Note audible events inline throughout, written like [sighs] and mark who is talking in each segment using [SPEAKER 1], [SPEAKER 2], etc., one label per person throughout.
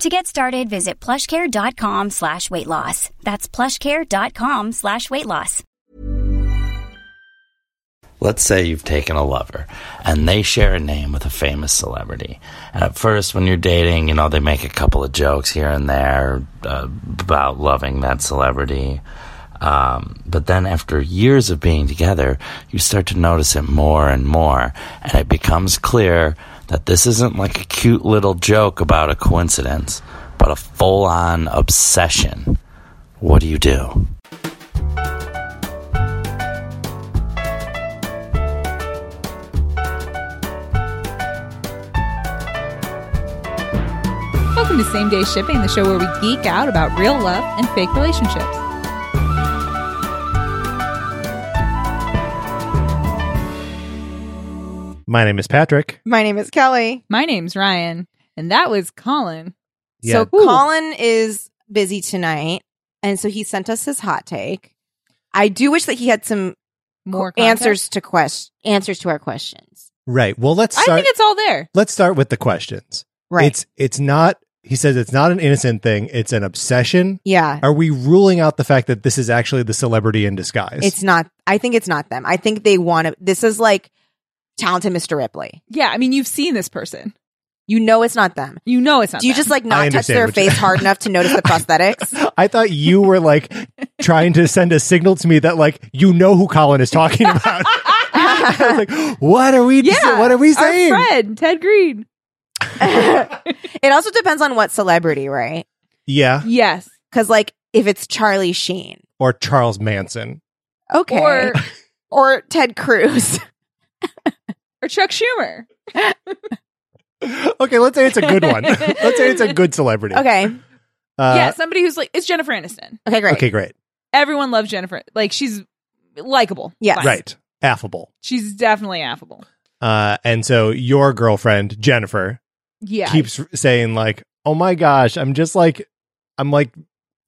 [SPEAKER 1] To get started, visit plushcare.com slash weight loss. That's plushcare.com slash weight loss.
[SPEAKER 2] Let's say you've taken a lover and they share a name with a famous celebrity. And at first, when you're dating, you know, they make a couple of jokes here and there uh, about loving that celebrity. Um, but then, after years of being together, you start to notice it more and more, and it becomes clear that this isn't like a cute little joke about a coincidence, but a full on obsession. What do you do?
[SPEAKER 3] Welcome to Same Day Shipping, the show where we geek out about real love and fake relationships.
[SPEAKER 4] My name is Patrick.
[SPEAKER 5] My name is Kelly.
[SPEAKER 3] My name's Ryan, and that was Colin.
[SPEAKER 4] Yeah.
[SPEAKER 5] So Colin is busy tonight, and so he sent us his hot take. I do wish that he had some
[SPEAKER 3] More context?
[SPEAKER 5] answers to question answers to our questions.
[SPEAKER 4] Right. Well, let's
[SPEAKER 3] I
[SPEAKER 4] start.
[SPEAKER 3] think it's all there.
[SPEAKER 4] let's start with the questions.
[SPEAKER 5] Right.
[SPEAKER 4] It's it's not. He says it's not an innocent thing. It's an obsession.
[SPEAKER 5] yeah.
[SPEAKER 4] Are we ruling out the fact that this is actually the celebrity in disguise?
[SPEAKER 5] It's not I think it's not them. I think they want to this is like talented Mr. Ripley.
[SPEAKER 3] Yeah, I mean, you've seen this person.
[SPEAKER 5] You know it's not them.
[SPEAKER 3] You know it's not.
[SPEAKER 5] Do you
[SPEAKER 3] them.
[SPEAKER 5] just like
[SPEAKER 4] I
[SPEAKER 5] not touch
[SPEAKER 4] understand
[SPEAKER 5] their
[SPEAKER 4] what you-
[SPEAKER 5] face hard enough to notice the prosthetics?
[SPEAKER 4] [laughs] I thought you
[SPEAKER 3] [laughs]
[SPEAKER 4] were like trying to send a signal to me that like you know who Colin is talking
[SPEAKER 3] [laughs]
[SPEAKER 4] about. [laughs] I was like, what are we?
[SPEAKER 3] yeah?
[SPEAKER 4] What are we
[SPEAKER 3] our
[SPEAKER 4] saying?
[SPEAKER 3] friend Ted Green.
[SPEAKER 5] it also depends on what celebrity, right?
[SPEAKER 4] Yeah.
[SPEAKER 3] Yes.
[SPEAKER 5] Because like if it's Charlie Sheen,
[SPEAKER 4] Or Charles Manson. [laughs]
[SPEAKER 5] okay,
[SPEAKER 3] Or
[SPEAKER 5] or Ted Cruz. [laughs]
[SPEAKER 3] or Chuck Schumer.
[SPEAKER 4] Okay, let's say it's a good
[SPEAKER 3] [laughs]
[SPEAKER 4] one. let's say it's a good celebrity.
[SPEAKER 5] okay,
[SPEAKER 4] Uh,
[SPEAKER 3] yeah, somebody who's like it's Jennifer Aniston.
[SPEAKER 5] okay, great.
[SPEAKER 4] Okay, great.
[SPEAKER 3] Everyone loves Jennifer. Like she's likable.
[SPEAKER 5] Yes.
[SPEAKER 3] Fine.
[SPEAKER 4] Right. Affable.
[SPEAKER 3] She's definitely affable.
[SPEAKER 4] Uh, and so your girlfriend Jennifer
[SPEAKER 3] Yeah.
[SPEAKER 4] keeps saying like, "Oh my gosh, I'm just like, I'm like,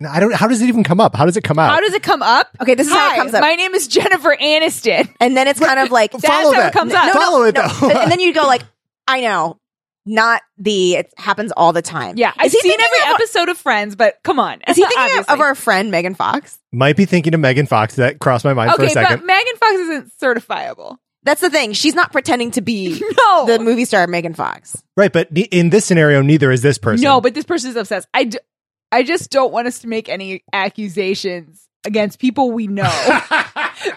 [SPEAKER 4] I don't. How does it even come up? How does it come out?
[SPEAKER 3] How does it come up?
[SPEAKER 5] Okay, this is how
[SPEAKER 3] Hi,
[SPEAKER 5] it comes up.
[SPEAKER 3] My name is Jennifer Aniston.
[SPEAKER 5] And then it's kind of like
[SPEAKER 3] That's
[SPEAKER 4] follow
[SPEAKER 3] how it
[SPEAKER 4] that?
[SPEAKER 3] comes out.
[SPEAKER 4] Follow it
[SPEAKER 5] no.
[SPEAKER 4] though.
[SPEAKER 5] and, and then you go
[SPEAKER 3] [laughs]
[SPEAKER 5] like, I know, not the. It happens all the time.
[SPEAKER 3] Yeah, I've
[SPEAKER 5] is he
[SPEAKER 3] seen
[SPEAKER 5] thinking
[SPEAKER 3] every
[SPEAKER 5] of-
[SPEAKER 3] episode of Friends, but come on. [laughs]
[SPEAKER 5] Is he thinking of-
[SPEAKER 3] Obviously.
[SPEAKER 5] of our friend Megan Fox?
[SPEAKER 4] [laughs] Might be thinking of Megan Fox. That crossed my mind for a
[SPEAKER 3] Okay, but
[SPEAKER 4] second.
[SPEAKER 3] Megan Fox isn't certifiable.
[SPEAKER 5] That's the thing. She's not pretending to be
[SPEAKER 3] [laughs] No.
[SPEAKER 5] the movie star Megan Fox.
[SPEAKER 4] right, but ne- in this scenario, neither is this person.
[SPEAKER 3] No, but this person is obsessed. I, d- I just don't want us to make any accusations against people we
[SPEAKER 4] [laughs]
[SPEAKER 3] know. [laughs]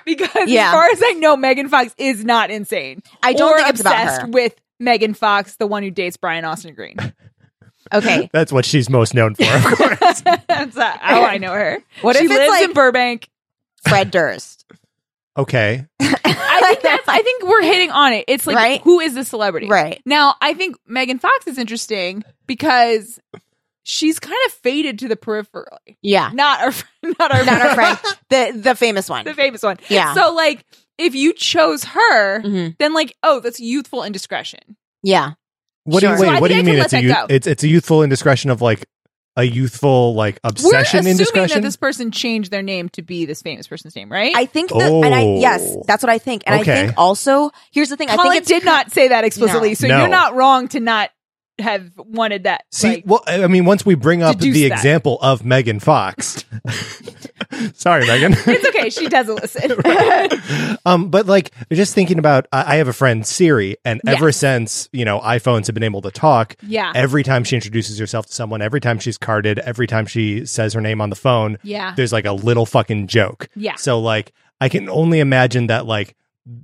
[SPEAKER 3] because
[SPEAKER 5] Yeah.
[SPEAKER 3] as far as I know, Megan Fox is not insane.
[SPEAKER 5] I don't
[SPEAKER 3] or
[SPEAKER 5] think it's about
[SPEAKER 3] obsessed
[SPEAKER 5] her.
[SPEAKER 3] with Megan Fox, the one who dates Brian Austin Green. [laughs]
[SPEAKER 5] Okay,
[SPEAKER 4] [laughs] that's what she's most known for. Of course.
[SPEAKER 3] That's uh,
[SPEAKER 5] [laughs]
[SPEAKER 3] how I know her.
[SPEAKER 5] What
[SPEAKER 3] she
[SPEAKER 5] if it's
[SPEAKER 3] lives
[SPEAKER 5] like-
[SPEAKER 3] in Burbank.
[SPEAKER 5] Fred Durst.
[SPEAKER 4] okay,
[SPEAKER 3] I think that's. I think we're hitting on it. It's like
[SPEAKER 5] Right?
[SPEAKER 3] who is the celebrity?
[SPEAKER 5] Right.
[SPEAKER 3] now, I think Megan Fox is interesting because she's kind of faded to the periphery.
[SPEAKER 5] [laughs] Yeah,
[SPEAKER 3] Not our, fr- [laughs] not our,
[SPEAKER 5] not
[SPEAKER 3] [laughs]
[SPEAKER 5] our friend, the the famous one.
[SPEAKER 3] the famous one.
[SPEAKER 5] Yeah.
[SPEAKER 3] So like, if you chose her,
[SPEAKER 5] Mhm.
[SPEAKER 3] then like, oh, that's youthful indiscretion.
[SPEAKER 5] Yeah,
[SPEAKER 4] what do
[SPEAKER 5] Sure.
[SPEAKER 4] you
[SPEAKER 3] So
[SPEAKER 4] wait?
[SPEAKER 3] I
[SPEAKER 4] what do
[SPEAKER 3] think
[SPEAKER 4] you
[SPEAKER 3] I can
[SPEAKER 4] mean?
[SPEAKER 3] let
[SPEAKER 4] It's a
[SPEAKER 3] that
[SPEAKER 4] youth,
[SPEAKER 3] go.
[SPEAKER 4] it's it's a youthful indiscretion of like a youthful like obsession
[SPEAKER 3] We're
[SPEAKER 4] in
[SPEAKER 3] assuming
[SPEAKER 4] discretion.
[SPEAKER 3] that this person changed their name to be this famous person's name, right?
[SPEAKER 5] I think that, and I, yes,
[SPEAKER 4] Oh.
[SPEAKER 5] that's what I think. And I
[SPEAKER 4] Okay.
[SPEAKER 5] think also, here's the thing. I
[SPEAKER 3] Colin
[SPEAKER 5] think it's
[SPEAKER 3] did not say that explicitly,
[SPEAKER 5] No.
[SPEAKER 3] so
[SPEAKER 4] No.
[SPEAKER 3] you're not wrong to not have wanted that.
[SPEAKER 4] See,
[SPEAKER 3] like-
[SPEAKER 4] well, I I mean, once we bring up
[SPEAKER 3] deduce
[SPEAKER 4] the
[SPEAKER 3] that.
[SPEAKER 4] example of
[SPEAKER 3] [laughs]
[SPEAKER 4] Megan Fox, sorry, Megan.
[SPEAKER 3] it's okay. She doesn't listen.
[SPEAKER 4] [laughs] um, but like, just thinking about, I I have a friend Siri, and
[SPEAKER 3] Yeah.
[SPEAKER 4] ever since you know iPhones have been able to talk,
[SPEAKER 3] Yeah.
[SPEAKER 4] every time she introduces herself to someone, every time she's carded, every time she says her name on the phone,
[SPEAKER 3] [laughs] Yeah.
[SPEAKER 4] there's like a little fucking joke.
[SPEAKER 3] Yeah.
[SPEAKER 4] So like, I can only imagine that like.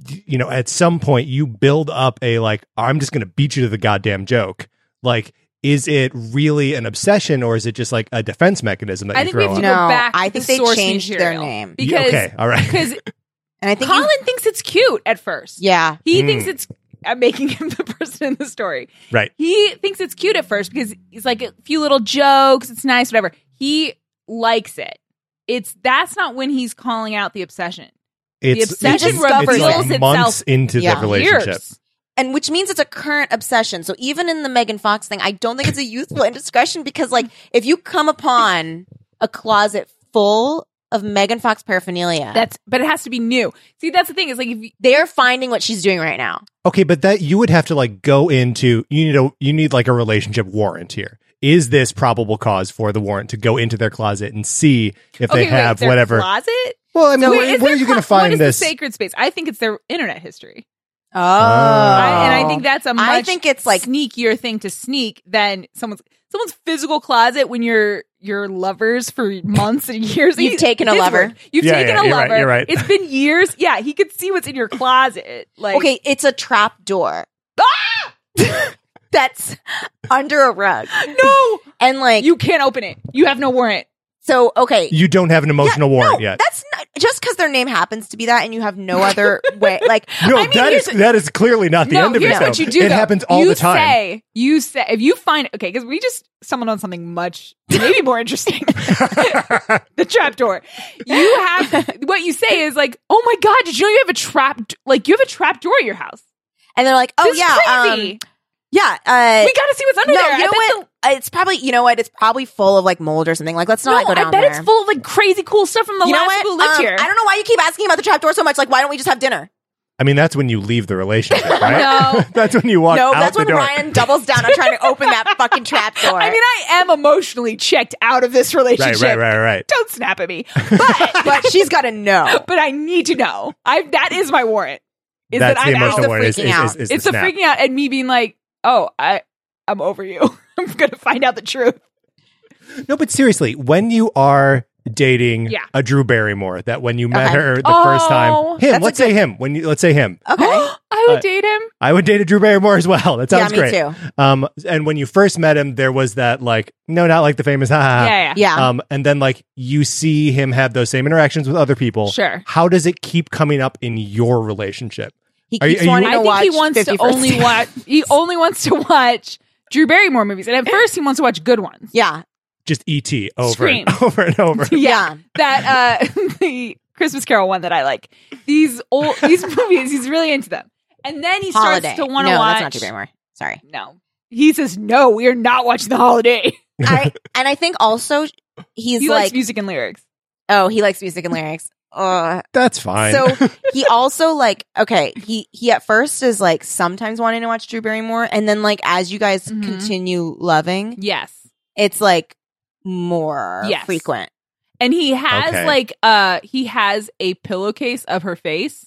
[SPEAKER 4] d- You know, at some point you build up a like, I'm just going to beat you to the goddamn joke. Like, is it really an obsession or is it just like a defense mechanism that
[SPEAKER 3] I
[SPEAKER 4] you
[SPEAKER 3] think we
[SPEAKER 4] throw
[SPEAKER 3] have to
[SPEAKER 4] on?
[SPEAKER 5] No,
[SPEAKER 3] go back.
[SPEAKER 5] I
[SPEAKER 3] to
[SPEAKER 5] think
[SPEAKER 3] the
[SPEAKER 5] they
[SPEAKER 3] source
[SPEAKER 5] changed their
[SPEAKER 3] material.
[SPEAKER 5] name.
[SPEAKER 4] Y-
[SPEAKER 3] because
[SPEAKER 4] okay, all right.
[SPEAKER 3] because
[SPEAKER 5] and I think you-
[SPEAKER 3] Colin thinks it's cute at first.
[SPEAKER 5] yeah,
[SPEAKER 3] He
[SPEAKER 4] Mm.
[SPEAKER 3] thinks it's I'm making him [laughs] the person in the story.
[SPEAKER 4] [laughs] Right.
[SPEAKER 3] He thinks it's cute at first because he's like a few little jokes, it's nice, whatever. He likes it. It's that's not when he's calling out the obsession.
[SPEAKER 4] It's,
[SPEAKER 3] obsession
[SPEAKER 4] it's,
[SPEAKER 5] reveals
[SPEAKER 4] it's like
[SPEAKER 3] itself
[SPEAKER 4] months into
[SPEAKER 5] Yeah.
[SPEAKER 4] the relationship.
[SPEAKER 3] Years.
[SPEAKER 5] and which means it's a current obsession. So even in the Megan Fox thing, I don't think it's a youthful [laughs] indiscretion because, like, if you come upon a closet full of Megan Fox paraphernalia,
[SPEAKER 3] That's but it has to be new. See, that's the thing, is like if you,
[SPEAKER 5] they are finding what she's doing right now.
[SPEAKER 4] Okay, but that you would have to like go into you need a you need like a relationship warrant here. Is this probable cause for the warrant to go into their closet and see if
[SPEAKER 3] okay,
[SPEAKER 4] they have
[SPEAKER 3] wait, their
[SPEAKER 4] whatever?
[SPEAKER 3] closet?
[SPEAKER 4] Well, I mean,
[SPEAKER 3] Wait,
[SPEAKER 4] where,
[SPEAKER 3] is
[SPEAKER 4] where are
[SPEAKER 3] their
[SPEAKER 4] you
[SPEAKER 3] clo-
[SPEAKER 4] going to find
[SPEAKER 3] what is
[SPEAKER 4] this?
[SPEAKER 3] The sacred space. I think it's their internet history.
[SPEAKER 5] Oh,
[SPEAKER 3] I, and I think that's a much
[SPEAKER 5] I think it's like-
[SPEAKER 3] sneakier thing to sneak than someone's someone's physical closet when you're your lovers for months and years.
[SPEAKER 5] You've
[SPEAKER 3] He-
[SPEAKER 5] taken a
[SPEAKER 3] his
[SPEAKER 5] lover.
[SPEAKER 3] word. You've
[SPEAKER 4] Yeah,
[SPEAKER 3] taken
[SPEAKER 4] yeah,
[SPEAKER 3] a
[SPEAKER 4] you're right,
[SPEAKER 3] lover.
[SPEAKER 4] you're right.
[SPEAKER 3] It's been years. Yeah, he could see what's in your closet. Like
[SPEAKER 5] okay, it's a trap door. [laughs] that's under a rug,
[SPEAKER 3] no,
[SPEAKER 5] and like
[SPEAKER 3] you can't open it. You have no warrant.
[SPEAKER 5] So okay,
[SPEAKER 4] You don't have an emotional
[SPEAKER 5] Yeah,
[SPEAKER 4] warrant
[SPEAKER 5] no,
[SPEAKER 4] yet.
[SPEAKER 5] That's not, just because their name happens to be that, and you have
[SPEAKER 3] [laughs]
[SPEAKER 5] no other way. Like
[SPEAKER 4] No,
[SPEAKER 3] I mean,
[SPEAKER 4] that is
[SPEAKER 3] here's-
[SPEAKER 4] that is clearly not the
[SPEAKER 3] no,
[SPEAKER 4] end of
[SPEAKER 3] here's
[SPEAKER 4] it.
[SPEAKER 3] what
[SPEAKER 4] though.
[SPEAKER 3] you do.
[SPEAKER 4] It
[SPEAKER 3] though.
[SPEAKER 4] happens all
[SPEAKER 3] You
[SPEAKER 4] the time.
[SPEAKER 3] Say, you say if you find okay because we just stumbled on something
[SPEAKER 4] [laughs]
[SPEAKER 3] much maybe more interesting. [laughs] the trapdoor. You have what you say is like, oh my god, did you know you have a trap? Like you have a trap door at your house.
[SPEAKER 5] and they're like, oh
[SPEAKER 3] This is
[SPEAKER 5] yeah,
[SPEAKER 3] crazy.
[SPEAKER 5] um, yeah. Uh,
[SPEAKER 3] we got to see what's under
[SPEAKER 5] no,
[SPEAKER 3] there.
[SPEAKER 5] you know
[SPEAKER 3] I bet,
[SPEAKER 5] what? Uh, it's probably you know what? It's probably full of like mold or something. Like let's
[SPEAKER 3] the-
[SPEAKER 5] not
[SPEAKER 3] no,
[SPEAKER 5] go down
[SPEAKER 3] I bet
[SPEAKER 5] there.
[SPEAKER 3] it's full of like crazy cool stuff from the
[SPEAKER 5] You know
[SPEAKER 3] last
[SPEAKER 5] what?
[SPEAKER 3] people who lived
[SPEAKER 5] Um,
[SPEAKER 3] here.
[SPEAKER 5] I don't know why you keep asking about the trapdoor so much. Like, why don't we just have dinner?
[SPEAKER 4] I mean, that's when you leave the relationship, right?
[SPEAKER 3] [laughs]
[SPEAKER 4] [laughs]
[SPEAKER 3] No.
[SPEAKER 4] that's when you walk
[SPEAKER 5] no,
[SPEAKER 4] out
[SPEAKER 5] that's
[SPEAKER 4] the
[SPEAKER 5] when
[SPEAKER 4] door.
[SPEAKER 5] Ryan doubles down on trying to
[SPEAKER 3] [laughs]
[SPEAKER 5] open that fucking trapdoor.
[SPEAKER 3] I mean, I am emotionally checked out of this
[SPEAKER 4] right,
[SPEAKER 3] relationship.
[SPEAKER 4] right, right, right.
[SPEAKER 3] Don't snap at me,
[SPEAKER 4] [laughs]
[SPEAKER 3] but
[SPEAKER 5] [laughs] but she's got to know.
[SPEAKER 3] [laughs] but I need to know. I that is my warrant. Is
[SPEAKER 4] that's
[SPEAKER 3] that
[SPEAKER 4] the
[SPEAKER 3] I'm out.
[SPEAKER 4] emotional
[SPEAKER 5] the
[SPEAKER 4] warrant. Is,
[SPEAKER 5] freaking
[SPEAKER 4] is,
[SPEAKER 5] out.
[SPEAKER 4] is, is
[SPEAKER 3] it's
[SPEAKER 4] the
[SPEAKER 3] the
[SPEAKER 4] snap.
[SPEAKER 3] freaking out and me being like, oh, I I'm over you. [laughs] I'm gonna find out the truth.
[SPEAKER 4] No, but seriously, when you are dating
[SPEAKER 3] Yeah.
[SPEAKER 4] a Drew Barrymore, that when you met
[SPEAKER 5] Okay.
[SPEAKER 4] her the
[SPEAKER 3] Oh,
[SPEAKER 4] first time, him,
[SPEAKER 5] that's a
[SPEAKER 4] let's say him. When you let's say him,
[SPEAKER 3] [gasps]
[SPEAKER 5] Okay.
[SPEAKER 3] I would
[SPEAKER 4] Uh,
[SPEAKER 3] date him.
[SPEAKER 4] I would date a Drew Barrymore as well. That
[SPEAKER 5] Yeah,
[SPEAKER 4] sounds
[SPEAKER 5] me
[SPEAKER 4] great.
[SPEAKER 5] too.
[SPEAKER 4] Um, and when you first met him, there was that like, no, not like the famous ha ha. ha.
[SPEAKER 3] Yeah, yeah,
[SPEAKER 5] Yeah.
[SPEAKER 4] Um, and then like you see him have those same interactions with other people.
[SPEAKER 3] Sure.
[SPEAKER 4] How does it keep coming up in your relationship?
[SPEAKER 5] He
[SPEAKER 4] are you-
[SPEAKER 5] keeps
[SPEAKER 4] are you-
[SPEAKER 5] wanting
[SPEAKER 3] I
[SPEAKER 5] to
[SPEAKER 3] think
[SPEAKER 5] watch
[SPEAKER 3] he wants to
[SPEAKER 5] 50 First
[SPEAKER 3] only
[SPEAKER 5] [laughs] Dates.
[SPEAKER 3] watch. He only wants to watch Drew Barrymore movies, and
[SPEAKER 5] [laughs]
[SPEAKER 3] at first he wants to watch good ones.
[SPEAKER 5] Yeah.
[SPEAKER 4] Just ET over
[SPEAKER 3] Scream.
[SPEAKER 4] and [laughs] over and
[SPEAKER 3] [laughs]
[SPEAKER 4] over.
[SPEAKER 5] Yeah.
[SPEAKER 3] that uh, [laughs] the Christmas Carol one that I like. These old
[SPEAKER 5] [laughs]
[SPEAKER 3] these movies, he's really into them, and then he
[SPEAKER 5] Holiday.
[SPEAKER 3] starts to want to
[SPEAKER 5] no,
[SPEAKER 3] watch.
[SPEAKER 5] that's not Drew Barrymore.
[SPEAKER 3] [laughs]
[SPEAKER 5] Sorry.
[SPEAKER 3] No, he says no. We are not watching the holiday.
[SPEAKER 5] I, and I think also
[SPEAKER 3] [laughs]
[SPEAKER 5] he's
[SPEAKER 3] he likes
[SPEAKER 5] like,
[SPEAKER 3] music and lyrics.
[SPEAKER 5] oh, he likes music and lyrics. Ugh.
[SPEAKER 4] That's fine.
[SPEAKER 5] So he also like okay he he at first is like sometimes wanting to watch Drew Barrymore and then like as you guys
[SPEAKER 3] Mhm.
[SPEAKER 5] continue loving
[SPEAKER 3] Yes,
[SPEAKER 5] it's like more
[SPEAKER 3] Yes.
[SPEAKER 5] frequent
[SPEAKER 3] and he has
[SPEAKER 4] Okay.
[SPEAKER 3] like uh he has a pillowcase of her face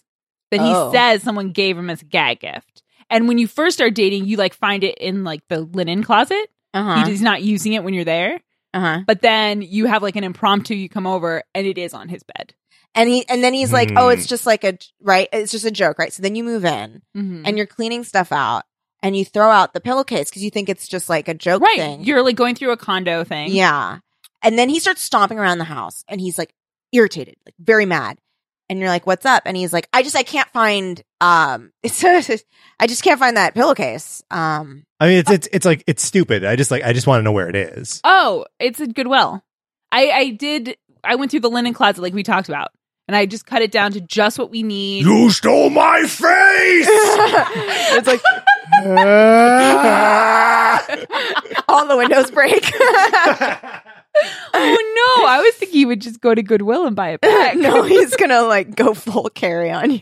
[SPEAKER 3] that he
[SPEAKER 5] Oh.
[SPEAKER 3] says someone gave him as a gag gift. And when you first start dating, you like find it in like the linen closet.
[SPEAKER 5] uh huh
[SPEAKER 3] He's not using it when you're there.
[SPEAKER 5] uh huh
[SPEAKER 3] But then you have like an impromptu, you come over and it is on his bed.
[SPEAKER 5] and he and then he's like
[SPEAKER 4] Hmm.
[SPEAKER 5] oh it's just like a right it's just a joke right so then you move in
[SPEAKER 3] Mm-hmm.
[SPEAKER 5] and you're cleaning stuff out and you throw out the pillowcase because you think it's just like a joke
[SPEAKER 3] right,
[SPEAKER 5] thing
[SPEAKER 3] you're like going through a condo thing.
[SPEAKER 5] yeah and then he starts stomping around the house and he's like irritated like very mad and you're like what's up and he's like i just i can't find um [laughs] it's i just can't find that pillowcase um
[SPEAKER 4] [laughs]
[SPEAKER 5] [laughs]
[SPEAKER 4] I mean, it's, it's it's like it's stupid. I just like I just want to know where it is.
[SPEAKER 3] Oh, it's at Goodwill. I I did. I went through the linen closet like we talked about, and I just cut it down to just what we need. [laughs]
[SPEAKER 4] You stole my face.
[SPEAKER 5] it's like All the windows break. [laughs]
[SPEAKER 3] oh no! I was thinking he would just go to Goodwill and
[SPEAKER 5] [laughs]
[SPEAKER 3] buy it back.
[SPEAKER 5] no, he's gonna like go full carry
[SPEAKER 3] [laughs]
[SPEAKER 5] on you.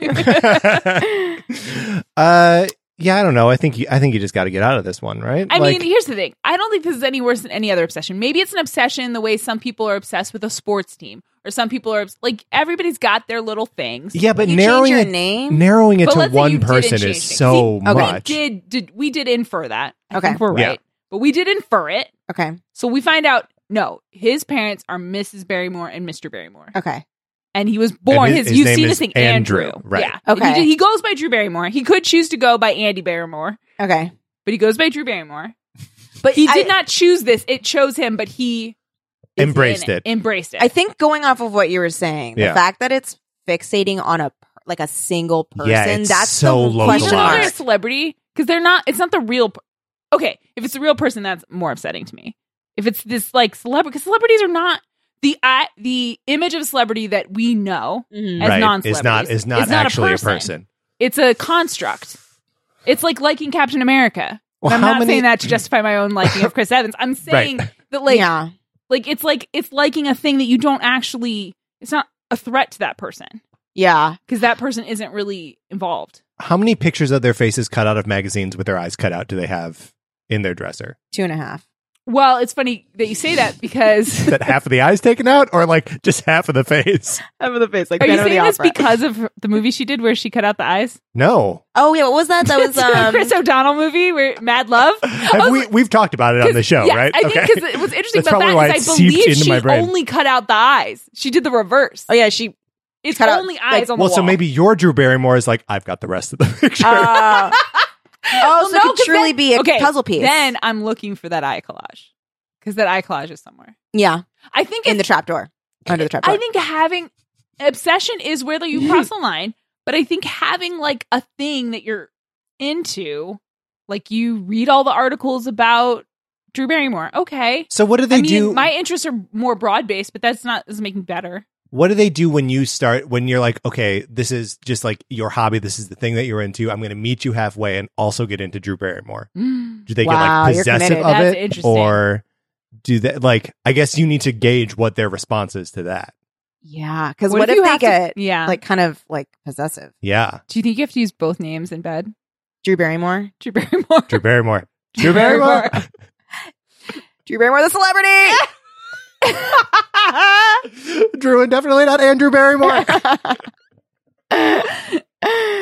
[SPEAKER 4] [laughs] uh, yeah, I don't know. I think you, I think you just got to get out of this one, right?
[SPEAKER 3] I
[SPEAKER 4] Like,
[SPEAKER 3] mean, here's the thing. I don't think this is any worse than any other obsession. Maybe it's an obsession the way some people are obsessed with a sports team, or some people are obs- like everybody's got their little things.
[SPEAKER 4] yeah, but
[SPEAKER 5] You change
[SPEAKER 4] narrowing
[SPEAKER 5] your
[SPEAKER 4] it,
[SPEAKER 5] name?
[SPEAKER 4] narrowing it
[SPEAKER 3] But
[SPEAKER 4] to
[SPEAKER 3] let's say you
[SPEAKER 4] one
[SPEAKER 3] didn't
[SPEAKER 4] person
[SPEAKER 3] change
[SPEAKER 4] is
[SPEAKER 3] things.
[SPEAKER 4] so
[SPEAKER 5] See, okay.
[SPEAKER 4] much.
[SPEAKER 3] Did did we did infer that? I
[SPEAKER 5] Okay.
[SPEAKER 3] think we're
[SPEAKER 4] Yeah.
[SPEAKER 3] right, but we did infer it.
[SPEAKER 5] Okay.
[SPEAKER 3] So we find out no, his parents are Mrs. Barrymore and Mr. Barrymore,
[SPEAKER 5] Okay.
[SPEAKER 3] and he was born.
[SPEAKER 4] And
[SPEAKER 3] his,
[SPEAKER 4] his- his
[SPEAKER 3] you've
[SPEAKER 4] name
[SPEAKER 3] seen
[SPEAKER 4] is
[SPEAKER 3] this thing,
[SPEAKER 4] Andrew,
[SPEAKER 3] Andrew.
[SPEAKER 4] right.
[SPEAKER 3] Yeah.
[SPEAKER 5] Okay.
[SPEAKER 3] And He, he goes by Drew Barrymore. He could choose to go by Andy Barrymore,
[SPEAKER 5] Okay.
[SPEAKER 3] but he goes by Drew Barrymore.
[SPEAKER 5] But
[SPEAKER 3] He did
[SPEAKER 5] I-
[SPEAKER 3] not choose this; it chose him, but he is
[SPEAKER 4] Embraced
[SPEAKER 3] in
[SPEAKER 4] it.
[SPEAKER 3] Embraced it.
[SPEAKER 5] I think going off of what you were saying,
[SPEAKER 4] Yeah.
[SPEAKER 5] the fact that it's fixating on a per- like a single person,
[SPEAKER 4] Yeah, it's
[SPEAKER 5] that's
[SPEAKER 4] so
[SPEAKER 5] the question
[SPEAKER 3] even though they're a
[SPEAKER 5] mark.
[SPEAKER 4] localized.
[SPEAKER 3] celebrity, because they're not. It's not the real. per- Okay, if it's the real person, that's more upsetting to me. If it's this like celebrity, because celebrities are not the I the image of celebrity that we know
[SPEAKER 5] Mhm.
[SPEAKER 3] as
[SPEAKER 4] right? Is
[SPEAKER 3] non-celebrities
[SPEAKER 4] not is not
[SPEAKER 3] It's not a
[SPEAKER 4] actually
[SPEAKER 3] person.
[SPEAKER 4] a person.
[SPEAKER 3] It's a construct. It's like liking Captain America.
[SPEAKER 4] Well,
[SPEAKER 3] I'm
[SPEAKER 4] how
[SPEAKER 3] not
[SPEAKER 4] many-
[SPEAKER 3] saying that to justify my own liking of [laughs] Chris Evans. I'm saying that like
[SPEAKER 5] yeah.
[SPEAKER 3] like it's like it's liking a thing that you don't actually. It's not a threat to that person
[SPEAKER 5] Yeah.
[SPEAKER 3] because that person isn't really involved.
[SPEAKER 4] How many pictures of their faces cut out of magazines with their eyes cut out do they have in their dresser? [laughs]
[SPEAKER 5] Two and a half.
[SPEAKER 3] Well, it's funny that you say that because
[SPEAKER 4] That half of the eyes taken out, or like just half of the face?
[SPEAKER 5] Over the face, like
[SPEAKER 3] Are you
[SPEAKER 5] Ben of the
[SPEAKER 3] saying this
[SPEAKER 5] Opera.
[SPEAKER 3] because of her- the movie she did where she cut out the eyes?
[SPEAKER 4] No,
[SPEAKER 5] [laughs] Oh yeah, what was that? That was
[SPEAKER 3] the
[SPEAKER 5] um
[SPEAKER 3] [laughs] Chris O'Donnell movie where Mad Love. I
[SPEAKER 4] Have
[SPEAKER 3] was
[SPEAKER 4] we
[SPEAKER 3] like-
[SPEAKER 4] we've talked about it on the show,
[SPEAKER 3] yes,
[SPEAKER 4] right?
[SPEAKER 3] I think because what's interesting
[SPEAKER 4] That's
[SPEAKER 3] about
[SPEAKER 4] probably
[SPEAKER 3] that
[SPEAKER 4] why
[SPEAKER 3] is
[SPEAKER 4] it
[SPEAKER 3] I
[SPEAKER 4] seeped
[SPEAKER 3] believe
[SPEAKER 4] into
[SPEAKER 3] she
[SPEAKER 4] my brain.
[SPEAKER 3] only cut out the eyes. She did the reverse.
[SPEAKER 5] Oh yeah, she
[SPEAKER 3] it's
[SPEAKER 5] cut out,
[SPEAKER 3] only
[SPEAKER 5] like-
[SPEAKER 3] eyes on the
[SPEAKER 4] well, so
[SPEAKER 3] wall.
[SPEAKER 4] maybe your Drew Barrymore is like, I've got the rest of the [laughs] picture.
[SPEAKER 3] [laughs]
[SPEAKER 5] uh, Oh, so it
[SPEAKER 3] no,
[SPEAKER 5] could
[SPEAKER 3] 'cause
[SPEAKER 5] truly
[SPEAKER 3] then-
[SPEAKER 5] be a
[SPEAKER 3] okay,
[SPEAKER 5] puzzle piece.
[SPEAKER 3] Then I'm looking for that eye collage because that eye collage is somewhere.
[SPEAKER 5] yeah,
[SPEAKER 3] I think
[SPEAKER 5] in the
[SPEAKER 3] it's,
[SPEAKER 5] trapdoor. Under the trapdoor.
[SPEAKER 3] I think having obsession is where you [laughs] cross the line, but I think having like a thing that you're into, like you read all the articles about Drew Barrymore. Okay.
[SPEAKER 4] so what do they
[SPEAKER 3] I mean,
[SPEAKER 4] do?
[SPEAKER 3] my interests are more broad based, but that's not doesn't make me [gasps] better.
[SPEAKER 4] what do they do when you start when you're like, okay, this is just like your hobby. This is the thing that you're into. I'm going to meet you halfway and also get into Drew Barrymore. Do they
[SPEAKER 5] Wow,
[SPEAKER 4] get like
[SPEAKER 5] you're
[SPEAKER 4] possessive
[SPEAKER 5] committed.
[SPEAKER 4] of
[SPEAKER 3] That's
[SPEAKER 4] it,
[SPEAKER 3] interesting.
[SPEAKER 4] or do they like? I guess you need to gauge what their response is to that.
[SPEAKER 5] yeah, because what, if,
[SPEAKER 3] you
[SPEAKER 5] they
[SPEAKER 3] have to-
[SPEAKER 5] get
[SPEAKER 3] yeah?
[SPEAKER 5] like kind of like possessive?
[SPEAKER 4] Yeah,
[SPEAKER 3] do you think you have to use both names in bed?
[SPEAKER 5] Drew Barrymore.
[SPEAKER 3] Drew Barrymore.
[SPEAKER 4] Drew Barrymore.
[SPEAKER 5] [laughs]
[SPEAKER 4] Drew Barrymore.
[SPEAKER 5] Drew Barrymore, the
[SPEAKER 3] [laughs]
[SPEAKER 5] celebrity. [laughs]
[SPEAKER 4] [laughs] Drew and definitely not Andrew
[SPEAKER 5] [laughs]
[SPEAKER 4] Barrymore.